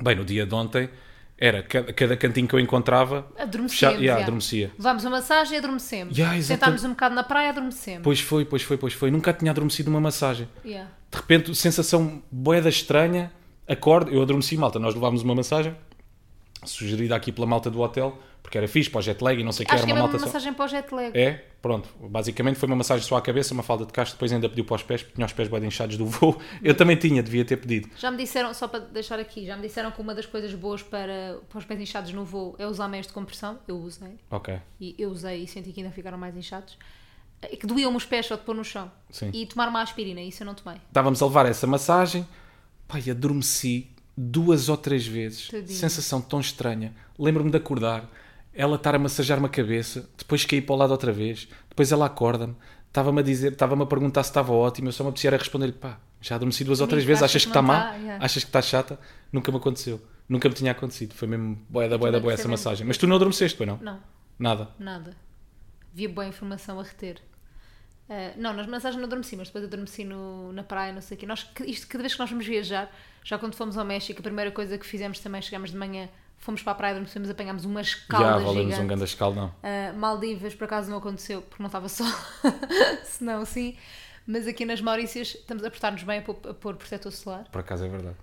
Speaker 2: Bem, no dia de ontem, era cada, cada cantinho que eu encontrava.
Speaker 1: adormecemos.
Speaker 2: fecha- yeah, adormecia.
Speaker 1: Levámos uma massagem e adormecemos.
Speaker 2: Yeah, exatamente.
Speaker 1: Sentámos um bocado na praia e adormecemos.
Speaker 2: Pois foi, pois foi, pois foi. Nunca tinha adormecido uma massagem.
Speaker 1: Yeah.
Speaker 2: De repente, sensação boeda estranha, acordo, eu adormeci, malta. Nós levámos uma massagem, sugerida aqui pela malta do hotel, porque era fixe para o jet lag e não sei o que,
Speaker 1: Acho
Speaker 2: era
Speaker 1: que
Speaker 2: uma
Speaker 1: era uma
Speaker 2: malta só.
Speaker 1: massagem para o jet lag.
Speaker 2: É, pronto. Basicamente foi uma massagem só à cabeça, uma falda de cacho, depois ainda pediu para os pés, porque tinha os pés bem inchados do voo. *laughs* Eu também tinha, devia ter pedido.
Speaker 1: Já me disseram, só para deixar aqui, já me disseram que uma das coisas boas para, para os pés inchados no voo é usar meias de compressão. Eu usei.
Speaker 2: Ok.
Speaker 1: E eu usei e senti que ainda ficaram mais inchados. É que doíam-me os pés só de pôr no chão.
Speaker 2: Sim.
Speaker 1: E tomar uma aspirina, isso eu não tomei.
Speaker 2: Estávamos a levar essa massagem, pai, adormeci duas ou três vezes.
Speaker 1: Tadinho.
Speaker 2: Sensação tão estranha. Lembro-me de acordar, ela estar a massajar-me a cabeça, depois caí para o lado outra vez, depois ela acorda-me, estava-me a dizer, estava-me a perguntar se estava ótimo, eu só me apetecia era responder-lhe, pá, já adormeci duas ou
Speaker 1: Amigo,
Speaker 2: três vezes,
Speaker 1: achas
Speaker 2: achas que
Speaker 1: que
Speaker 2: está
Speaker 1: não
Speaker 2: má?
Speaker 1: tá? Yeah.
Speaker 2: Achas que está chata? Nunca me aconteceu. Nunca me tinha acontecido. Foi mesmo boeda, boeda,
Speaker 1: Também
Speaker 2: boeda essa
Speaker 1: percebo.
Speaker 2: massagem. Mas tu não adormeceste, pois não?
Speaker 1: Não,
Speaker 2: Nada.
Speaker 1: nada. Havia boa informação a reter. Ah, não, nas mensagens não adormeci, mas depois adormeci no, na praia, não sei o quê. Nós, que- isto, cada vez que nós vamos viajar, já quando fomos ao México, a primeira coisa que fizemos também, chegámos de manhã, fomos para a praia, adormecemos, apanhámos umas
Speaker 2: Já,
Speaker 1: caldas
Speaker 2: valemos
Speaker 1: gigantes.
Speaker 2: um grande escaldão.
Speaker 1: Uh, Maldivas, por acaso, não aconteceu porque não estava sol, *laughs* se não, sim. Mas aqui nas Maurícias estamos a portar-nos bem a pôr, a pôr protetor solar.
Speaker 2: Por acaso é verdade.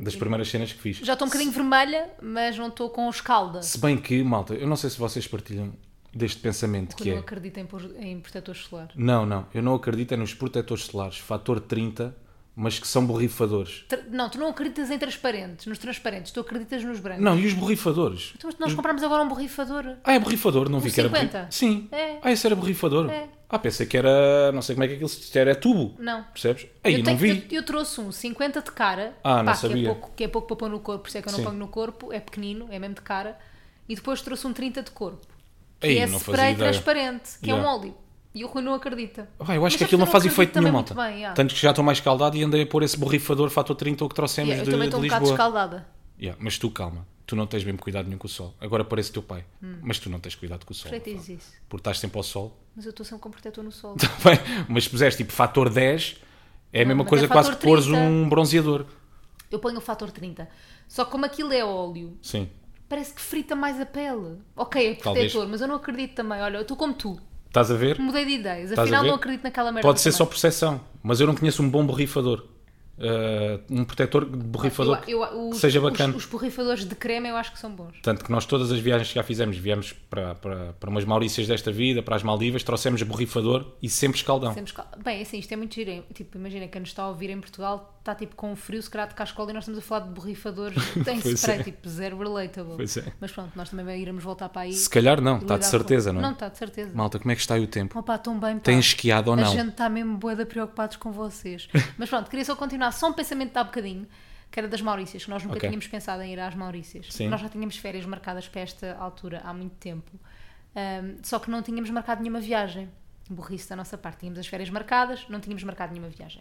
Speaker 2: das primeiras cenas que fiz.
Speaker 1: Já estou um bocadinho vermelha, mas não estou com escalda.
Speaker 2: Se bem que, malta, eu não sei se vocês partilham deste pensamento
Speaker 1: Porque
Speaker 2: que
Speaker 1: não
Speaker 2: é.
Speaker 1: acredito em, pôr- em protetor solar.
Speaker 2: Não, não, eu não acredito é nos protetores solares, fator 30, mas que são borrifadores.
Speaker 1: Tra- Não, tu não acreditas em transparentes, nos transparentes, tu acreditas nos brancos.
Speaker 2: Não, Hum. e os borrifadores?
Speaker 1: Então, mas nós compramos agora um borrifador.
Speaker 2: Ah, é borrifador, não vi que era
Speaker 1: 50?
Speaker 2: borrifador. Sim.
Speaker 1: É.
Speaker 2: Ah, esse era borrifador.
Speaker 1: É.
Speaker 2: Ah, pensei que era. Não sei como é que aquilo se era tubo.
Speaker 1: Não.
Speaker 2: Percebes? Aí
Speaker 1: eu,
Speaker 2: não
Speaker 1: tenho-
Speaker 2: vi.
Speaker 1: eu- eu trouxe um 50 de cara,
Speaker 2: Ah, não
Speaker 1: Que, é
Speaker 2: sabia.
Speaker 1: pouco, que é pouco para pôr no corpo, por isso é que eu não
Speaker 2: Sim.
Speaker 1: ponho no corpo, é pequenino, é mesmo de cara. E depois trouxe um 30 de corpo, que
Speaker 2: Ei,
Speaker 1: é
Speaker 2: não fazia
Speaker 1: spray
Speaker 2: ideia.
Speaker 1: transparente, que
Speaker 2: Yeah.
Speaker 1: é um óleo. E o Rui não acredita.
Speaker 2: Ah, eu acho
Speaker 1: Mas
Speaker 2: que
Speaker 1: sabes
Speaker 2: aquilo
Speaker 1: eu
Speaker 2: não faz efeito
Speaker 1: acredito
Speaker 2: nenhum,
Speaker 1: também
Speaker 2: malta.
Speaker 1: muito bem, yeah.
Speaker 2: Tanto que já estou mais escaldado e andei a pôr esse borrifador fator 30 ou que trouxemos
Speaker 1: Yeah, eu
Speaker 2: de,
Speaker 1: também
Speaker 2: de
Speaker 1: estou um bocado
Speaker 2: Lisboa.
Speaker 1: escaldada.
Speaker 2: Yeah, mas tu calma, tu não tens mesmo cuidado nenhum com o sol. Agora parece teu pai,
Speaker 1: Hum.
Speaker 2: mas tu não tens cuidado com o sol.
Speaker 1: Por que
Speaker 2: Rafa,
Speaker 1: dizes isso?
Speaker 2: Porque estás sempre ao sol. *laughs*
Speaker 1: Mas eu estou sempre com protetor no sol.
Speaker 2: Tá bem, mas se puseres tipo fator 10, é a
Speaker 1: Não,
Speaker 2: mesma
Speaker 1: mas é
Speaker 2: coisa que quase que
Speaker 1: fator
Speaker 2: pôres
Speaker 1: 30.
Speaker 2: um bronzeador.
Speaker 1: Eu ponho o fator 30. Só que como aquilo é óleo,
Speaker 2: Sim.
Speaker 1: parece que frita mais a pele. Ok, é
Speaker 2: Talvez.
Speaker 1: protetor, mas eu não acredito também. Olha, eu estou como tu.
Speaker 2: Estás a ver?
Speaker 1: Mudei de ideias.
Speaker 2: a
Speaker 1: Afinal,
Speaker 2: ver?
Speaker 1: não acredito naquela merda.
Speaker 2: Pode ser
Speaker 1: Hum, também.
Speaker 2: só percepção, mas eu não conheço um bom borrifador. Ah, um protetor de borrifador
Speaker 1: Eu- eu-
Speaker 2: que
Speaker 1: os-
Speaker 2: seja
Speaker 1: os-
Speaker 2: bacana.
Speaker 1: Os, borrifadores de creme eu acho que são bons.
Speaker 2: Tanto que nós todas as viagens que já fizemos, viemos para, para, para umas Maurícias desta vida, para as Maldivas, trouxemos borrifador e sempre escaldão.
Speaker 1: Sempre escal- Bem, assim, isto é muito giro. hein? Tipo, imagina quem nos está a ouvir em Portugal está tipo com um frio, se calhar de cascola e nós estamos a falar de borrifadores
Speaker 2: *laughs*
Speaker 1: em
Speaker 2: Pois
Speaker 1: spray,
Speaker 2: é.
Speaker 1: tipo zero relatable.
Speaker 2: Pois é.
Speaker 1: Mas pronto, nós também iremos voltar para aí.
Speaker 2: Se calhar não,
Speaker 1: e
Speaker 2: está de
Speaker 1: lidar
Speaker 2: certeza,
Speaker 1: com-
Speaker 2: não é?
Speaker 1: Não, está de certeza.
Speaker 2: Malta, como é que está aí o tempo?
Speaker 1: Opa, tão bem, pá.
Speaker 2: Tem esquiado ou
Speaker 1: A
Speaker 2: não?
Speaker 1: gente está mesmo boeda preocupados com
Speaker 2: *laughs*
Speaker 1: vocês. Mas pronto, queria só continuar. Só um pensamento de há bocadinho, que era das Maurícias, que nós nunca
Speaker 2: Ok.
Speaker 1: tínhamos pensado em ir às Maurícias.
Speaker 2: Sim.
Speaker 1: Nós já tínhamos férias marcadas para esta altura há muito tempo. Ahm, só que não tínhamos marcado nenhuma viagem. Burrice da nossa parte. Tínhamos as férias marcadas, não tínhamos marcado nenhuma viagem.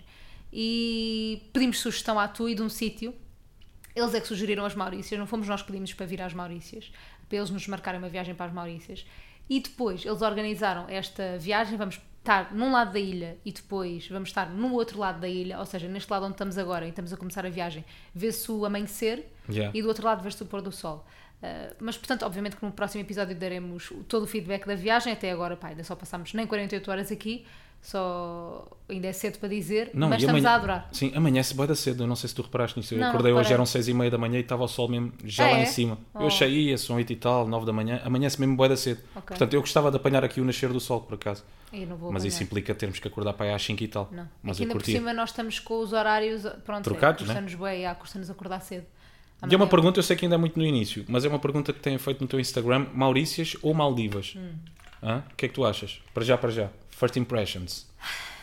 Speaker 1: e pedimos sugestão à TUI de um sítio. Eles é que sugeriram as Maurícias, não fomos nós que pedimos para vir às Maurícias, para eles nos marcarem uma viagem para as Maurícias. E depois eles organizaram esta viagem, vamos estar num lado da ilha e depois vamos estar no outro lado da ilha, ou seja, neste lado onde estamos agora e estamos a começar a viagem, vê-se o amanhecer
Speaker 2: Yeah.
Speaker 1: e do outro lado vê-se o pôr do sol. Uh, mas, portanto, obviamente que no próximo episódio daremos o- todo o feedback da viagem. Até agora, pá, ainda só passámos nem 48 horas aqui, só ainda é cedo para dizer,
Speaker 2: Não,
Speaker 1: mas
Speaker 2: e
Speaker 1: estamos
Speaker 2: amanhã-
Speaker 1: a adorar.
Speaker 2: Sim, amanhece bué da cedo, eu não sei se tu reparaste nisso. Eu
Speaker 1: Não,
Speaker 2: acordei hoje,
Speaker 1: reparei.
Speaker 2: eram seis e meia da manhã e estava o sol mesmo já
Speaker 1: Ah,
Speaker 2: lá
Speaker 1: é?
Speaker 2: em cima.
Speaker 1: Oh.
Speaker 2: Eu achei, ia, são oito e tal, nove da manhã, amanhece mesmo bué da cedo.
Speaker 1: Ok.
Speaker 2: Portanto, eu gostava de apanhar aqui o nascer do sol, por acaso.
Speaker 1: Eu não vou
Speaker 2: Mas isso
Speaker 1: apanhar.
Speaker 2: implica termos que acordar para aí às cinco e tal.
Speaker 1: Não.
Speaker 2: Mas
Speaker 1: Aqui
Speaker 2: eu
Speaker 1: ainda por
Speaker 2: curti.
Speaker 1: cima nós estamos com os horários pronto,
Speaker 2: Trocados, né?
Speaker 1: custa-nos bem, ah, custa-nos acordar cedo.
Speaker 2: E é uma
Speaker 1: Amanhã-
Speaker 2: pergunta, eu sei que ainda é muito no início, mas é uma pergunta que têm feito no teu Instagram: Maurícias ou Maldivas?
Speaker 1: Hum.
Speaker 2: Hã? O que é que tu achas? Para já, para já. First impressions.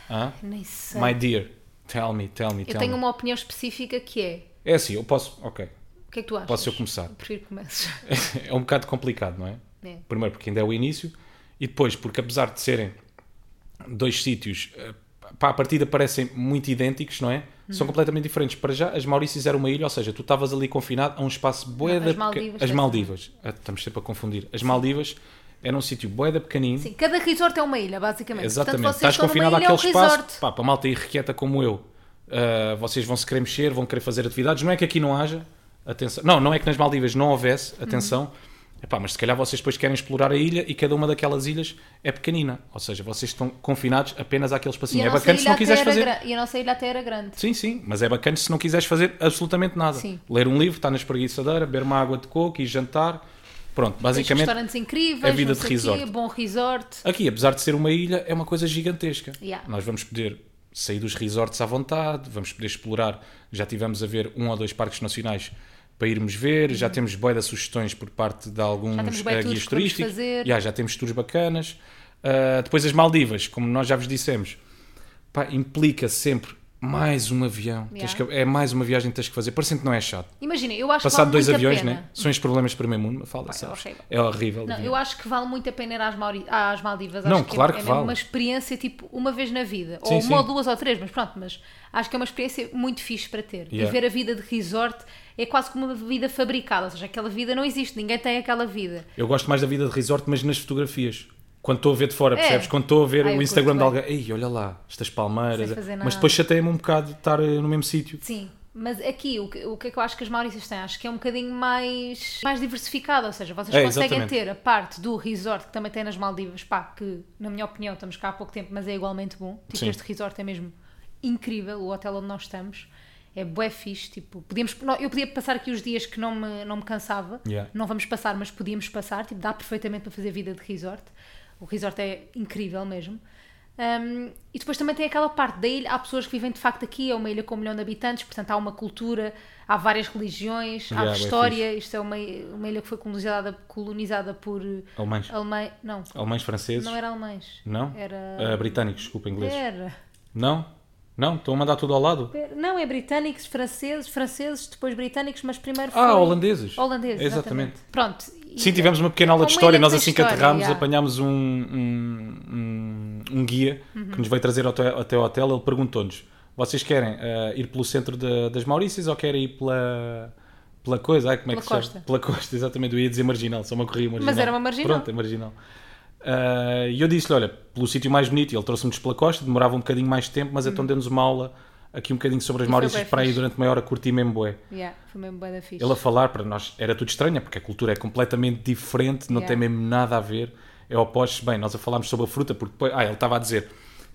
Speaker 2: Hã?
Speaker 1: Nem sei.
Speaker 2: My dear, tell me, tell me,
Speaker 1: Eu
Speaker 2: tell
Speaker 1: tenho
Speaker 2: me.
Speaker 1: uma opinião específica que é.
Speaker 2: É assim, eu posso. Ok,
Speaker 1: O que é que tu achas?
Speaker 2: posso eu começar.
Speaker 1: Prefiro que
Speaker 2: *laughs*
Speaker 1: comeces.
Speaker 2: é um bocado complicado, não é?
Speaker 1: É.
Speaker 2: Primeiro porque ainda é o início e depois porque apesar de serem dois sítios, eh, pá, à partida parecem muito idênticos, não é?
Speaker 1: Uhum.
Speaker 2: São completamente diferentes. Para já, as Maurícias era uma ilha, ou seja, tu estavas ali confinado a um espaço boeda...
Speaker 1: Não, as Maldivas
Speaker 2: As
Speaker 1: parece-
Speaker 2: Maldivas. Ah, estamos sempre a confundir. As Maldivas era um sítio boeda pequenino.
Speaker 1: Sim, cada resort é uma ilha, basicamente.
Speaker 2: Exatamente,
Speaker 1: Portanto, vocês
Speaker 2: estás
Speaker 1: estão
Speaker 2: confinado
Speaker 1: numa ilha, é um
Speaker 2: àquele espaço.
Speaker 1: resort.
Speaker 2: Pá, para a malta irrequieta como eu, ah, vocês vão se querer mexer, vão querer fazer atividades. Não é que aqui não haja, atenção. Não, não é que nas Maldivas não houvesse,
Speaker 1: Uhum.
Speaker 2: atenção. Epá, mas se calhar vocês depois querem explorar a ilha e cada uma daquelas ilhas é pequenina. Ou seja, vocês estão confinados apenas àquele
Speaker 1: E a
Speaker 2: espacinho. É
Speaker 1: nossa
Speaker 2: bacana se
Speaker 1: ilha
Speaker 2: não
Speaker 1: até
Speaker 2: quiseres
Speaker 1: era
Speaker 2: fazer.
Speaker 1: gra- E a nossa ilha até era grande.
Speaker 2: Sim, sim, mas é bacana se não quiseres fazer absolutamente nada.
Speaker 1: Sim.
Speaker 2: Ler um livro, estar na espreguiçadeira, beber uma água de coco e jantar. Pronto,
Speaker 1: Tens
Speaker 2: basicamente.
Speaker 1: restaurantes incríveis,
Speaker 2: é
Speaker 1: não
Speaker 2: vida de
Speaker 1: sei o quê,
Speaker 2: resort.
Speaker 1: bom resort.
Speaker 2: Aqui, apesar de ser uma ilha, é uma coisa gigantesca.
Speaker 1: Yeah.
Speaker 2: Nós vamos poder sair dos resorts à vontade, vamos poder explorar. Já tivemos a ver um ou dois parques nacionais para irmos ver, já temos bué de sugestões por parte de alguns
Speaker 1: Uhum. temos bué
Speaker 2: eh,
Speaker 1: tours
Speaker 2: guias
Speaker 1: que vamos
Speaker 2: turísticos.
Speaker 1: fazer.
Speaker 2: Yeah, já temos tours bacanas. Ah, depois as Maldivas, como nós já vos dissemos, pá, implica sempre mais um avião. Tens
Speaker 1: Yeah.
Speaker 2: que- é mais uma viagem que tens que fazer. Parecendo que não é chato.
Speaker 1: Imagina, eu acho que
Speaker 2: Passar
Speaker 1: vale
Speaker 2: dois
Speaker 1: muito
Speaker 2: aviões,
Speaker 1: a pena.
Speaker 2: né? São os problemas do primeiro mundo, fala,
Speaker 1: é
Speaker 2: sabes?
Speaker 1: horrível.
Speaker 2: É horrível.
Speaker 1: Não,
Speaker 2: devia.
Speaker 1: eu acho que vale muito a pena ir às, Mauri... às Maldivas.
Speaker 2: Não,
Speaker 1: acho que
Speaker 2: claro
Speaker 1: é,
Speaker 2: que
Speaker 1: é
Speaker 2: vale.
Speaker 1: uma experiência tipo uma vez na vida,
Speaker 2: Sim,
Speaker 1: ou
Speaker 2: sim.
Speaker 1: uma ou duas ou três, mas pronto. Mas acho que é uma experiência muito fixe para ter.
Speaker 2: Yeah.
Speaker 1: E ver a vida de resort é quase como uma vida fabricada, ou seja, aquela vida não existe, ninguém tem aquela vida.
Speaker 2: Eu gosto mais da vida de resort, mas nas fotografias. Quando estou a ver de fora,
Speaker 1: É.
Speaker 2: percebes? Quando estou a ver
Speaker 1: Ah, eu
Speaker 2: o Instagram de
Speaker 1: curto bem.
Speaker 2: alguém, ei, olha lá, estas palmeiras.
Speaker 1: Sem fazer
Speaker 2: Mas
Speaker 1: nada.
Speaker 2: depois chateia-me um bocado de estar eh, no mesmo sítio.
Speaker 1: Sim, mas aqui o que, o que é que eu acho que as Maurícias têm? Acho que é um bocadinho mais, mais diversificado, ou seja, vocês
Speaker 2: É,
Speaker 1: conseguem
Speaker 2: exatamente.
Speaker 1: ter a parte do resort que também tem nas Maldivas, pá, que na minha opinião estamos cá há pouco tempo, mas é igualmente bom. Tipo,
Speaker 2: Sim.
Speaker 1: este resort é mesmo incrível, o hotel onde nós estamos. É bué fixe, tipo, podíamos, não, eu podia passar aqui os dias que não me, não me cansava,
Speaker 2: Yeah.
Speaker 1: não vamos passar, mas podíamos passar, tipo, dá perfeitamente para fazer vida de resort. O resort é incrível mesmo. Um, e depois também tem aquela parte da ilha, há pessoas que vivem de facto aqui, é uma ilha com um milhão de habitantes, portanto há uma cultura, há várias religiões,
Speaker 2: Yeah,
Speaker 1: há
Speaker 2: bem
Speaker 1: história, isto é uma, uma ilha que foi colonizada, colonizada por eh,
Speaker 2: Alemães.
Speaker 1: alemães, não,
Speaker 2: Alemães, franceses.
Speaker 1: não era alemães,
Speaker 2: Não?
Speaker 1: era, É.
Speaker 2: Ah, britânicos, desculpa, ingleses.
Speaker 1: era,
Speaker 2: Não? Não? Estão a mandar tudo ao lado?
Speaker 1: era- não, é britânicos, franceses, franceses, depois britânicos, mas primeiro
Speaker 2: Ah,
Speaker 1: foi-
Speaker 2: holandeses.
Speaker 1: holandeses, exatamente. Pronto. e-
Speaker 2: Sim, tivemos uma pequena aula de
Speaker 1: Uma
Speaker 2: história.
Speaker 1: ilha
Speaker 2: Nós,
Speaker 1: tem
Speaker 2: assim que
Speaker 1: história,
Speaker 2: aterrámos,
Speaker 1: yeah.
Speaker 2: apanhámos um, um, um- um guia que nos veio trazer até, até ao hotel. Ele perguntou-nos: vocês querem eh, ir pelo centro da- das Maurícias ou querem ir pela. Pela coisa, ai, como é
Speaker 1: Pela
Speaker 2: que se chama?
Speaker 1: costa.
Speaker 2: Pela costa, exatamente. Eu ia dizer marginal, só uma corria marginal.
Speaker 1: era uma marginal.
Speaker 2: Pronto, é marginal. Ah, E eu disse-lhe: olha, pelo sítio mais bonito, e ele trouxe-nos pela costa, demorava um bocadinho mais tempo, mas então deu-nos uma aula aqui um bocadinho sobre as
Speaker 1: Uhum. foi
Speaker 2: Maurícias
Speaker 1: bué
Speaker 2: para aí
Speaker 1: fixe.
Speaker 2: durante meia hora curti mesmo bué.
Speaker 1: Yeah, foi mesmo bué da fixe.
Speaker 2: Ele a falar para nós era tudo estranho, porque a cultura é completamente diferente, não
Speaker 1: Yeah.
Speaker 2: tem mesmo nada a ver. É oposto. Bem, nós a falámos sobre a fruta, porque depois. Ah, ele estava a dizer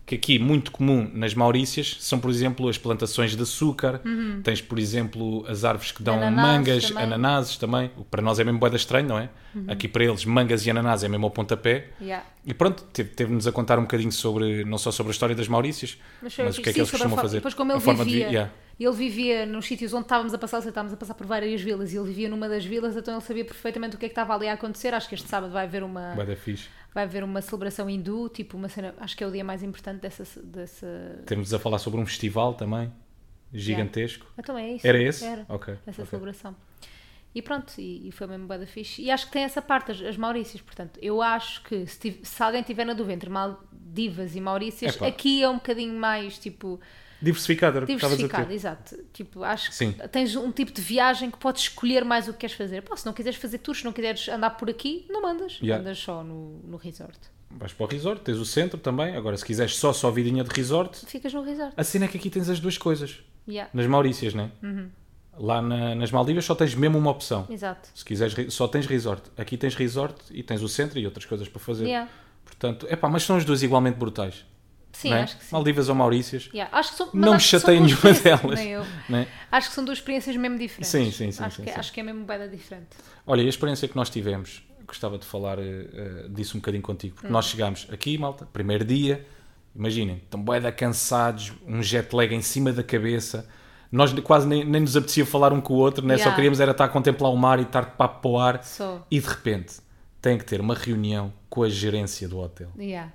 Speaker 2: que aqui, muito comum nas Maurícias, são, por exemplo, as plantações de açúcar, tens, por exemplo, as árvores que dão
Speaker 1: Ananases
Speaker 2: mangas,
Speaker 1: Uhum. também. Uhum.
Speaker 2: ananases também. O que para nós é mesmo boeda estranho, não é? Aqui para eles, mangas e ananases é mesmo ao pontapé.
Speaker 1: Yeah.
Speaker 2: E pronto, teve- teve-nos a contar um bocadinho sobre, não só sobre a história das Maurícias,
Speaker 1: Mas,
Speaker 2: mas,
Speaker 1: foi
Speaker 2: o que é
Speaker 1: fixe.
Speaker 2: que eles
Speaker 1: Sim, sobre a
Speaker 2: costumam
Speaker 1: forma-
Speaker 2: fazer.
Speaker 1: Depois, como ele
Speaker 2: A forma de vi-
Speaker 1: vivia,
Speaker 2: yeah.
Speaker 1: ele vivia nos sítios onde estávamos a passar, ou seja, estávamos a passar por várias vilas e ele vivia numa das vilas, então ele sabia perfeitamente o que é que estava ali a acontecer. Acho que este sábado vai haver uma,
Speaker 2: Bué da fixe.
Speaker 1: vai haver uma celebração hindu, tipo uma cena, acho que é o dia mais importante dessa. dessa...
Speaker 2: Temos a falar sobre um festival também, gigantesco.
Speaker 1: Então é isso.
Speaker 2: Era esse?
Speaker 1: Era.
Speaker 2: Ok,
Speaker 1: Essa
Speaker 2: ok.
Speaker 1: celebração. E pronto, e, e foi mesmo bué da fixe. E acho que tem essa parte, as, as Maurícias. Portanto, eu acho que se, tiv- se alguém tiver na dúvida entre Maldivas e Maurícias,
Speaker 2: Epá.
Speaker 1: aqui é um bocadinho mais tipo.
Speaker 2: Diversificado, era o que estavas a dizer.
Speaker 1: Diversificado, exato. Tipo, acho que
Speaker 2: Sim.
Speaker 1: tens um tipo de viagem que podes escolher mais o que queres fazer. Pá, se não quiseres fazer tours, se não quiseres andar por aqui, não mandas.
Speaker 2: Yeah.
Speaker 1: Andas só no, no resort.
Speaker 2: Vais para o resort, tens o centro também. Agora, se quiseres só só vidinha de resort,
Speaker 1: Ficas no resort.
Speaker 2: a cena é que aqui tens as duas coisas.
Speaker 1: Yeah.
Speaker 2: Nas Maurícias, né?
Speaker 1: Uhum.
Speaker 2: Lá na- nas Maldivas só tens mesmo uma opção.
Speaker 1: Exato.
Speaker 2: Se quiseres, re- só tens resort. Aqui tens resort e tens o centro e outras coisas para fazer.
Speaker 1: Yeah.
Speaker 2: Portanto, é pá, mas são as duas igualmente brutais.
Speaker 1: Sim,
Speaker 2: não é?
Speaker 1: acho que sim.
Speaker 2: Malditas ou Maurícias.
Speaker 1: Yeah, acho que são- mas
Speaker 2: Não me
Speaker 1: acho que são
Speaker 2: chateia
Speaker 1: duas
Speaker 2: nenhuma
Speaker 1: experiências-
Speaker 2: delas.
Speaker 1: nem eu.
Speaker 2: né?
Speaker 1: Acho que são duas experiências mesmo diferentes.
Speaker 2: Sim, sim, sim,
Speaker 1: Acho,
Speaker 2: sim,
Speaker 1: que,
Speaker 2: sim.
Speaker 1: acho que é mesmo bem diferente.
Speaker 2: Olha, e a experiência que nós tivemos, gostava de falar eh, eh, disso um bocadinho contigo,
Speaker 1: Hum.
Speaker 2: porque nós chegámos aqui, malta, primeiro dia, imaginem, estão boeda cansados, um jet lag em cima da cabeça, nós ne- quase nem, nem nos apetecia falar um com o outro, né? só
Speaker 1: Yeah.
Speaker 2: queríamos era estar a contemplar o mar e estar de papo para o ar,
Speaker 1: Só.
Speaker 2: e de repente tem que ter uma reunião com a gerência do hotel.
Speaker 1: Yeah.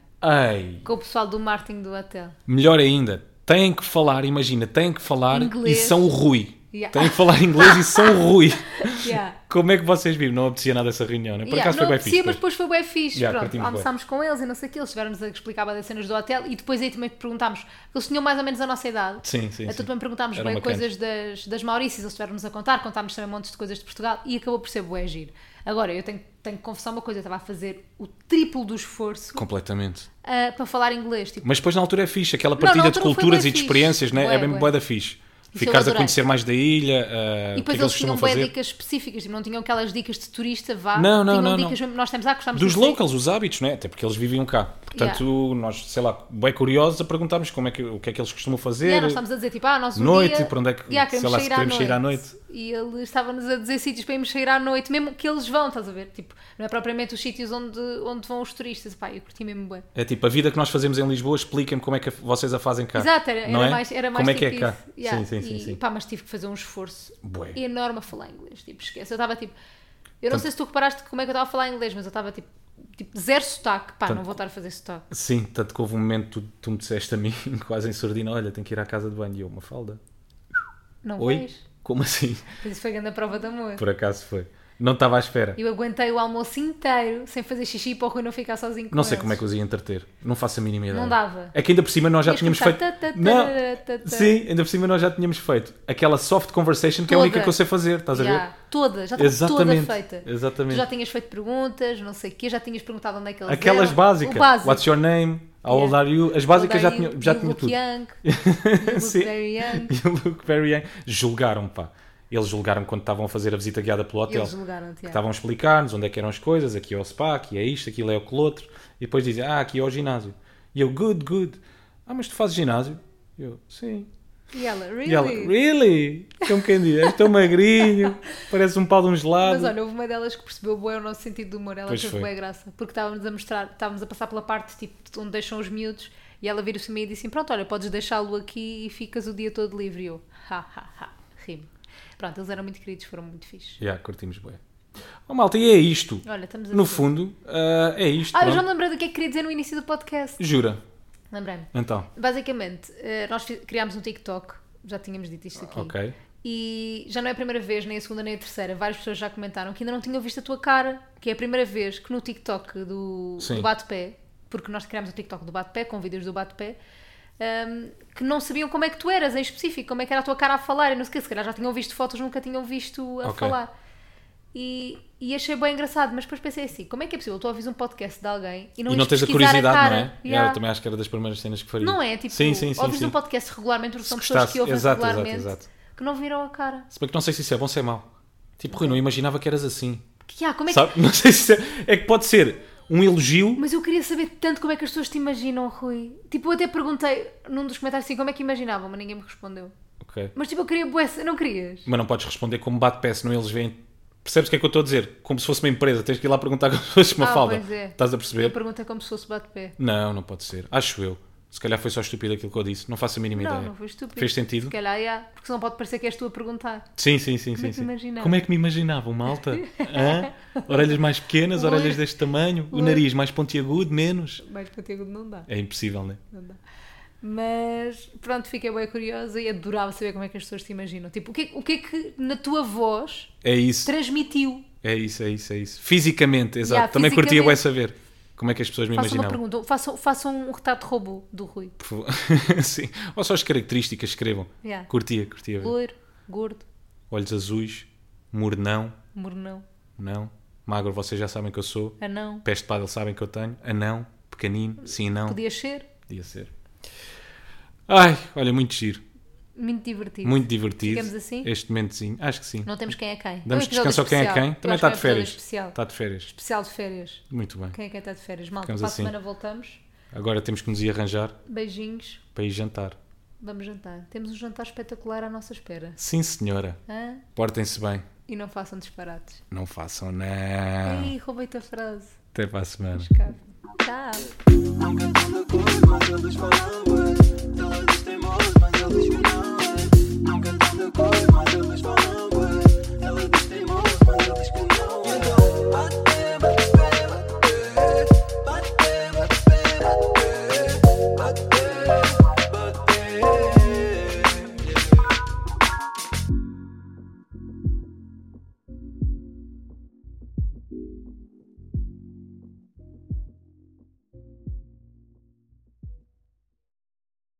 Speaker 2: Ei,
Speaker 1: Com o pessoal do marketing do
Speaker 2: *laughs*
Speaker 1: hotel.
Speaker 2: melhor ainda, têm que falar, imagina, têm que falar
Speaker 1: Inglês.
Speaker 2: e são o Rui.
Speaker 1: Yeah.
Speaker 2: Têm que falar inglês e são o
Speaker 1: *laughs*
Speaker 2: Rui.
Speaker 1: Yeah.
Speaker 2: Como é que vocês viram? Não apetecia nada essa reunião, né? Por
Speaker 1: Yeah,
Speaker 2: acaso foi
Speaker 1: não
Speaker 2: bem
Speaker 1: apetecia,
Speaker 2: fixe.
Speaker 1: mas
Speaker 2: pois.
Speaker 1: depois foi bem fixe.
Speaker 2: Yeah,
Speaker 1: Pronto,
Speaker 2: curtimos bué.
Speaker 1: almoçámos com eles e não sei o que, eles estiveram-nos a explicar bué das cenas do hotel e depois aí também perguntámos, porque eles tinham mais ou menos a nossa idade.
Speaker 2: Sim, sim,
Speaker 1: Então
Speaker 2: sim.
Speaker 1: também perguntámos
Speaker 2: Eram
Speaker 1: bem
Speaker 2: bacanas.
Speaker 1: coisas das, das Maurícias, eles estiveram-nos a contar, contámos também montes de coisas de Portugal e acabou por ser bué giro. Agora, eu tenho, tenho que confessar uma coisa, eu estava a fazer o triplo do esforço
Speaker 2: Completamente.
Speaker 1: ah, para falar inglês, tipo,
Speaker 2: Mas depois na altura é fixe, aquela
Speaker 1: na
Speaker 2: partilha de
Speaker 1: altura foi
Speaker 2: culturas
Speaker 1: bué
Speaker 2: e de
Speaker 1: fixe.
Speaker 2: experiências, né?
Speaker 1: Bué,
Speaker 2: é bem
Speaker 1: bué.
Speaker 2: bué da fixe.
Speaker 1: eu
Speaker 2: Ficares a
Speaker 1: adorei.
Speaker 2: conhecer mais da ilha, ah,
Speaker 1: E
Speaker 2: o que é
Speaker 1: depois
Speaker 2: que
Speaker 1: eles
Speaker 2: eles
Speaker 1: tinham
Speaker 2: costumam
Speaker 1: bem
Speaker 2: fazer.
Speaker 1: dicas específicas, tipo, não tinham aquelas dicas de turista, vá.
Speaker 2: Não, não,
Speaker 1: tinham
Speaker 2: não,
Speaker 1: dicas
Speaker 2: não.
Speaker 1: mesmo, nós estamos lá, gostávamos
Speaker 2: Dos
Speaker 1: disso aí.
Speaker 2: locals, os hábitos, né? Até porque eles viviam cá. Portanto, nós, sei lá, bem curiosos a perguntarmos como é que, o que é que eles costumam fazer.
Speaker 1: Yeah, nós estávamos a dizer, tipo, ah, nós um
Speaker 2: Noite,
Speaker 1: dia,
Speaker 2: para onde é que-
Speaker 1: yeah,
Speaker 2: sei lá, se queremos sair à
Speaker 1: E ele estava-nos a dizer sítios para irmos sair à noite, mesmo que eles vão, estás a ver? Tipo, não é propriamente os sítios onde, onde vão os turistas. Pá, eu curti mesmo bem.
Speaker 2: É tipo, a vida que nós fazemos em Lisboa, expliquem-me como é que vocês a fazem cá.
Speaker 1: Exato, era,
Speaker 2: Não
Speaker 1: era
Speaker 2: é?
Speaker 1: mais, era mais
Speaker 2: Como é que é
Speaker 1: tipo
Speaker 2: cá?
Speaker 1: isso. Yeah,
Speaker 2: Sim, sim, sim.
Speaker 1: e,
Speaker 2: sim.
Speaker 1: Pá, mas tive que fazer um esforço
Speaker 2: Bué.
Speaker 1: enorme a falar inglês, tipo, esquece. Eu estava tipo, eu não sei se tu reparaste como é que eu estava a falar inglês, mas eu estava tipo, tipo zero sotaque. Pá, não vou estar a fazer sotaque.
Speaker 2: Sim, tanto que houve um momento que tu, tu me disseste a mim, *laughs* quase em surdina, olha, tenho que ir à casa de banho. E eu, uma falda.
Speaker 1: Não
Speaker 2: Oi?
Speaker 1: vais.
Speaker 2: Como assim? *laughs*
Speaker 1: Mas isso foi grande a prova de amor.
Speaker 2: Por acaso foi. Não estava à espera.
Speaker 1: Eu aguentei o almoço inteiro sem fazer xixi para o Rui não ficar sozinho com
Speaker 2: Não sei
Speaker 1: eles.
Speaker 2: como é que os ia entreter. Não faço a mínima ideia.
Speaker 1: Não dava.
Speaker 2: É que ainda por cima nós já
Speaker 1: Ias
Speaker 2: tínhamos
Speaker 1: começar,
Speaker 2: feito.
Speaker 1: tá, tá, tá,
Speaker 2: não.
Speaker 1: tá, tá.
Speaker 2: Sim, ainda por cima nós já tínhamos feito aquela soft conversation que é a única
Speaker 1: Toda.
Speaker 2: que eu sei fazer, estás a
Speaker 1: Já,
Speaker 2: ver?
Speaker 1: toda, já estava toda
Speaker 2: Exatamente.
Speaker 1: feita. Tu
Speaker 2: Exatamente.
Speaker 1: já tinhas feito perguntas, não sei o quê, já tinhas perguntado onde é que eles
Speaker 2: Aquelas
Speaker 1: eram.
Speaker 2: básicas.
Speaker 1: O básico.
Speaker 2: What's your name? How old
Speaker 1: Yeah.
Speaker 2: are you? As básicas já tinha, já tinha tudo. *laughs*
Speaker 1: Young, you look
Speaker 2: Sim.
Speaker 1: very young.
Speaker 2: *laughs* E o Luke Perry Young julgaram, pá. Eles julgaram quando estavam a fazer a visita guiada pelo hotel.
Speaker 1: Eles julgaram-te,
Speaker 2: Que
Speaker 1: já.
Speaker 2: estavam a explicar-nos onde é que eram as coisas, aqui é o spa, aqui é isto, aquilo é aquilo outro. E depois dizem, ah, aqui é o ginásio. E eu, good, good. Ah, mas tu fazes ginásio? Eu, sim.
Speaker 1: E ela, really?
Speaker 2: E ela, really? Como quem diz, és
Speaker 1: *laughs*
Speaker 2: tão magrinho, parece um pau de um gelado.
Speaker 1: Mas olha, houve uma delas que percebeu bem o nosso sentido de humor, ela
Speaker 2: Pois
Speaker 1: teve
Speaker 2: foi.
Speaker 1: boa graça, porque estávamos a mostrar, estávamos a passar pela parte tipo, onde deixam os miúdos e ela vira-se a mim e disse: Pronto, olha, podes deixá-lo aqui e ficas o dia todo livre. E eu, ha ha ha, rimo. Pronto, eles eram muito queridos, foram muito fixe.
Speaker 2: Já, curtimos bem. Oh, malta, e é isto.
Speaker 1: Olha, estamos a
Speaker 2: No
Speaker 1: dizer-
Speaker 2: fundo, ah, é isto.
Speaker 1: Ah, eu já
Speaker 2: pronto.
Speaker 1: me lembrei do que é que queria dizer no início do podcast.
Speaker 2: Jura,
Speaker 1: Lembrei-me.
Speaker 2: então.
Speaker 1: Basicamente, eh, nós fi- criámos um TikTok, já tínhamos dito isto aqui.
Speaker 2: Ok.
Speaker 1: E já não é a primeira vez, nem a segunda, nem a terceira. Várias pessoas já comentaram que ainda não tinham visto a tua cara, que é a primeira vez que no TikTok do,
Speaker 2: Sim.
Speaker 1: do Bate-Pé, porque nós criámos o TikTok do Bate-Pé, com vídeos do Bate-Pé, ehm, que não sabiam como é que tu eras em específico, como é que era a tua cara a falar e não sei o que. Se calhar já tinham visto fotos, nunca tinham visto a
Speaker 2: Ok.
Speaker 1: falar. E, e achei bem engraçado, mas depois pensei assim: como é que é possível? Tu ouvis um podcast de alguém e não,
Speaker 2: e não
Speaker 1: ires
Speaker 2: tens a
Speaker 1: pesquisar
Speaker 2: curiosidade,
Speaker 1: cara?
Speaker 2: não é? Já,
Speaker 1: Yeah.
Speaker 2: eu também acho que era das primeiras cenas que faria.
Speaker 1: Não é? Tipo,
Speaker 2: sim, sim, sim,
Speaker 1: ouves
Speaker 2: sim.
Speaker 1: um podcast regularmente porque são
Speaker 2: Se
Speaker 1: pessoas
Speaker 2: gostasse-
Speaker 1: que ouvem
Speaker 2: exato, exato,
Speaker 1: regularmente
Speaker 2: exato.
Speaker 1: que não viram a cara.
Speaker 2: Se bem que não sei se isso é bom ou se é mau. Tipo, Rui, não imaginava que eras assim.
Speaker 1: Que, ah, como é que...
Speaker 2: Sabe? *laughs* Não sei se isso é... é que pode ser um elogio.
Speaker 1: Mas eu queria saber tanto como é que as pessoas te imaginam, Rui. Tipo, eu até perguntei num dos comentários assim como é que imaginavam, mas ninguém me respondeu.
Speaker 2: Ok.
Speaker 1: Mas tipo, eu queria bué, se- não querias?
Speaker 2: Mas não podes responder como bate pé, senão eles veem. Percebes o que é que eu estou a dizer? Como se fosse uma empresa, tens que ir lá perguntar como se fosse uma
Speaker 1: Ah,
Speaker 2: falda.
Speaker 1: pois é.
Speaker 2: Estás a
Speaker 1: Eu
Speaker 2: perceber?
Speaker 1: perguntei como se fosse bate-pé.
Speaker 2: Não, não pode ser. Acho eu. Se calhar foi só estúpido aquilo que eu disse. Não faço a mínima
Speaker 1: Não,
Speaker 2: ideia.
Speaker 1: não foi estúpido.
Speaker 2: Fez
Speaker 1: Se
Speaker 2: sentido?
Speaker 1: calhar, yeah, porque senão pode parecer que és tu a perguntar.
Speaker 2: Sim, sim, sim, sim.
Speaker 1: que
Speaker 2: sim.
Speaker 1: imaginava?
Speaker 2: Como é que me imaginavam,
Speaker 1: *laughs*
Speaker 2: malta? Hã? Orelhas mais pequenas,
Speaker 1: Loiro.
Speaker 2: orelhas deste tamanho, o
Speaker 1: Loiro.
Speaker 2: nariz mais pontiagudo, menos.
Speaker 1: Mais contigo não dá,
Speaker 2: É impossível, né?
Speaker 1: não dá. Mas pronto, fiquei bem curiosa e adorava saber como é que as pessoas te imaginam. Tipo, o que, é- o que é que na tua voz
Speaker 2: É isso,
Speaker 1: transmitiu
Speaker 2: é isso, é isso, é isso. Fisicamente, exato.
Speaker 1: Yeah,
Speaker 2: Também curtia
Speaker 1: fisicamente.
Speaker 2: bem saber. Como é que as pessoas me
Speaker 1: Façam uma
Speaker 2: imaginavam?
Speaker 1: pergunta, façam, façam um retrato de robô do Rui.
Speaker 2: Por favor. *laughs* Sim. Ou só as características, escrevam.
Speaker 1: Yeah.
Speaker 2: Curtia, curtia. ver.
Speaker 1: Loiro, gordo,
Speaker 2: Olhos azuis, mornão,
Speaker 1: mornão,
Speaker 2: não. Magro, vocês já sabem que eu sou.
Speaker 1: anão.
Speaker 2: Pés de pádel sabem que eu tenho. Anão, pequenino, sim, não. Podia,
Speaker 1: Podia ser
Speaker 2: ser. Ai, olha, muito giro.
Speaker 1: muito divertido.
Speaker 2: Muito divertido.
Speaker 1: Ficamos assim?
Speaker 2: Este momentozinho, acho que sim.
Speaker 1: Não temos quem é quem.
Speaker 2: Damos
Speaker 1: É um episódio
Speaker 2: descanso a quem é
Speaker 1: especial.
Speaker 2: quem.
Speaker 1: Eu
Speaker 2: Também
Speaker 1: acho que
Speaker 2: está
Speaker 1: é um
Speaker 2: de
Speaker 1: episódio
Speaker 2: férias.
Speaker 1: Especial.
Speaker 2: Está de férias.
Speaker 1: especial de férias.
Speaker 2: Muito bem.
Speaker 1: Quem é quem está de férias? Malta,
Speaker 2: Ficamos
Speaker 1: para a
Speaker 2: assim.
Speaker 1: semana voltamos.
Speaker 2: Agora temos que nos ir arranjar
Speaker 1: Beijinhos.
Speaker 2: para ir jantar.
Speaker 1: Vamos jantar. Temos um jantar espetacular à nossa espera.
Speaker 2: Sim, senhora.
Speaker 1: Hã?
Speaker 2: Portem-se bem.
Speaker 1: E não façam disparates.
Speaker 2: Não façam, não.
Speaker 1: Ih, roubei-te a frase.
Speaker 2: Até para a semana.
Speaker 1: Escapa. Tchau.
Speaker 3: Like a woman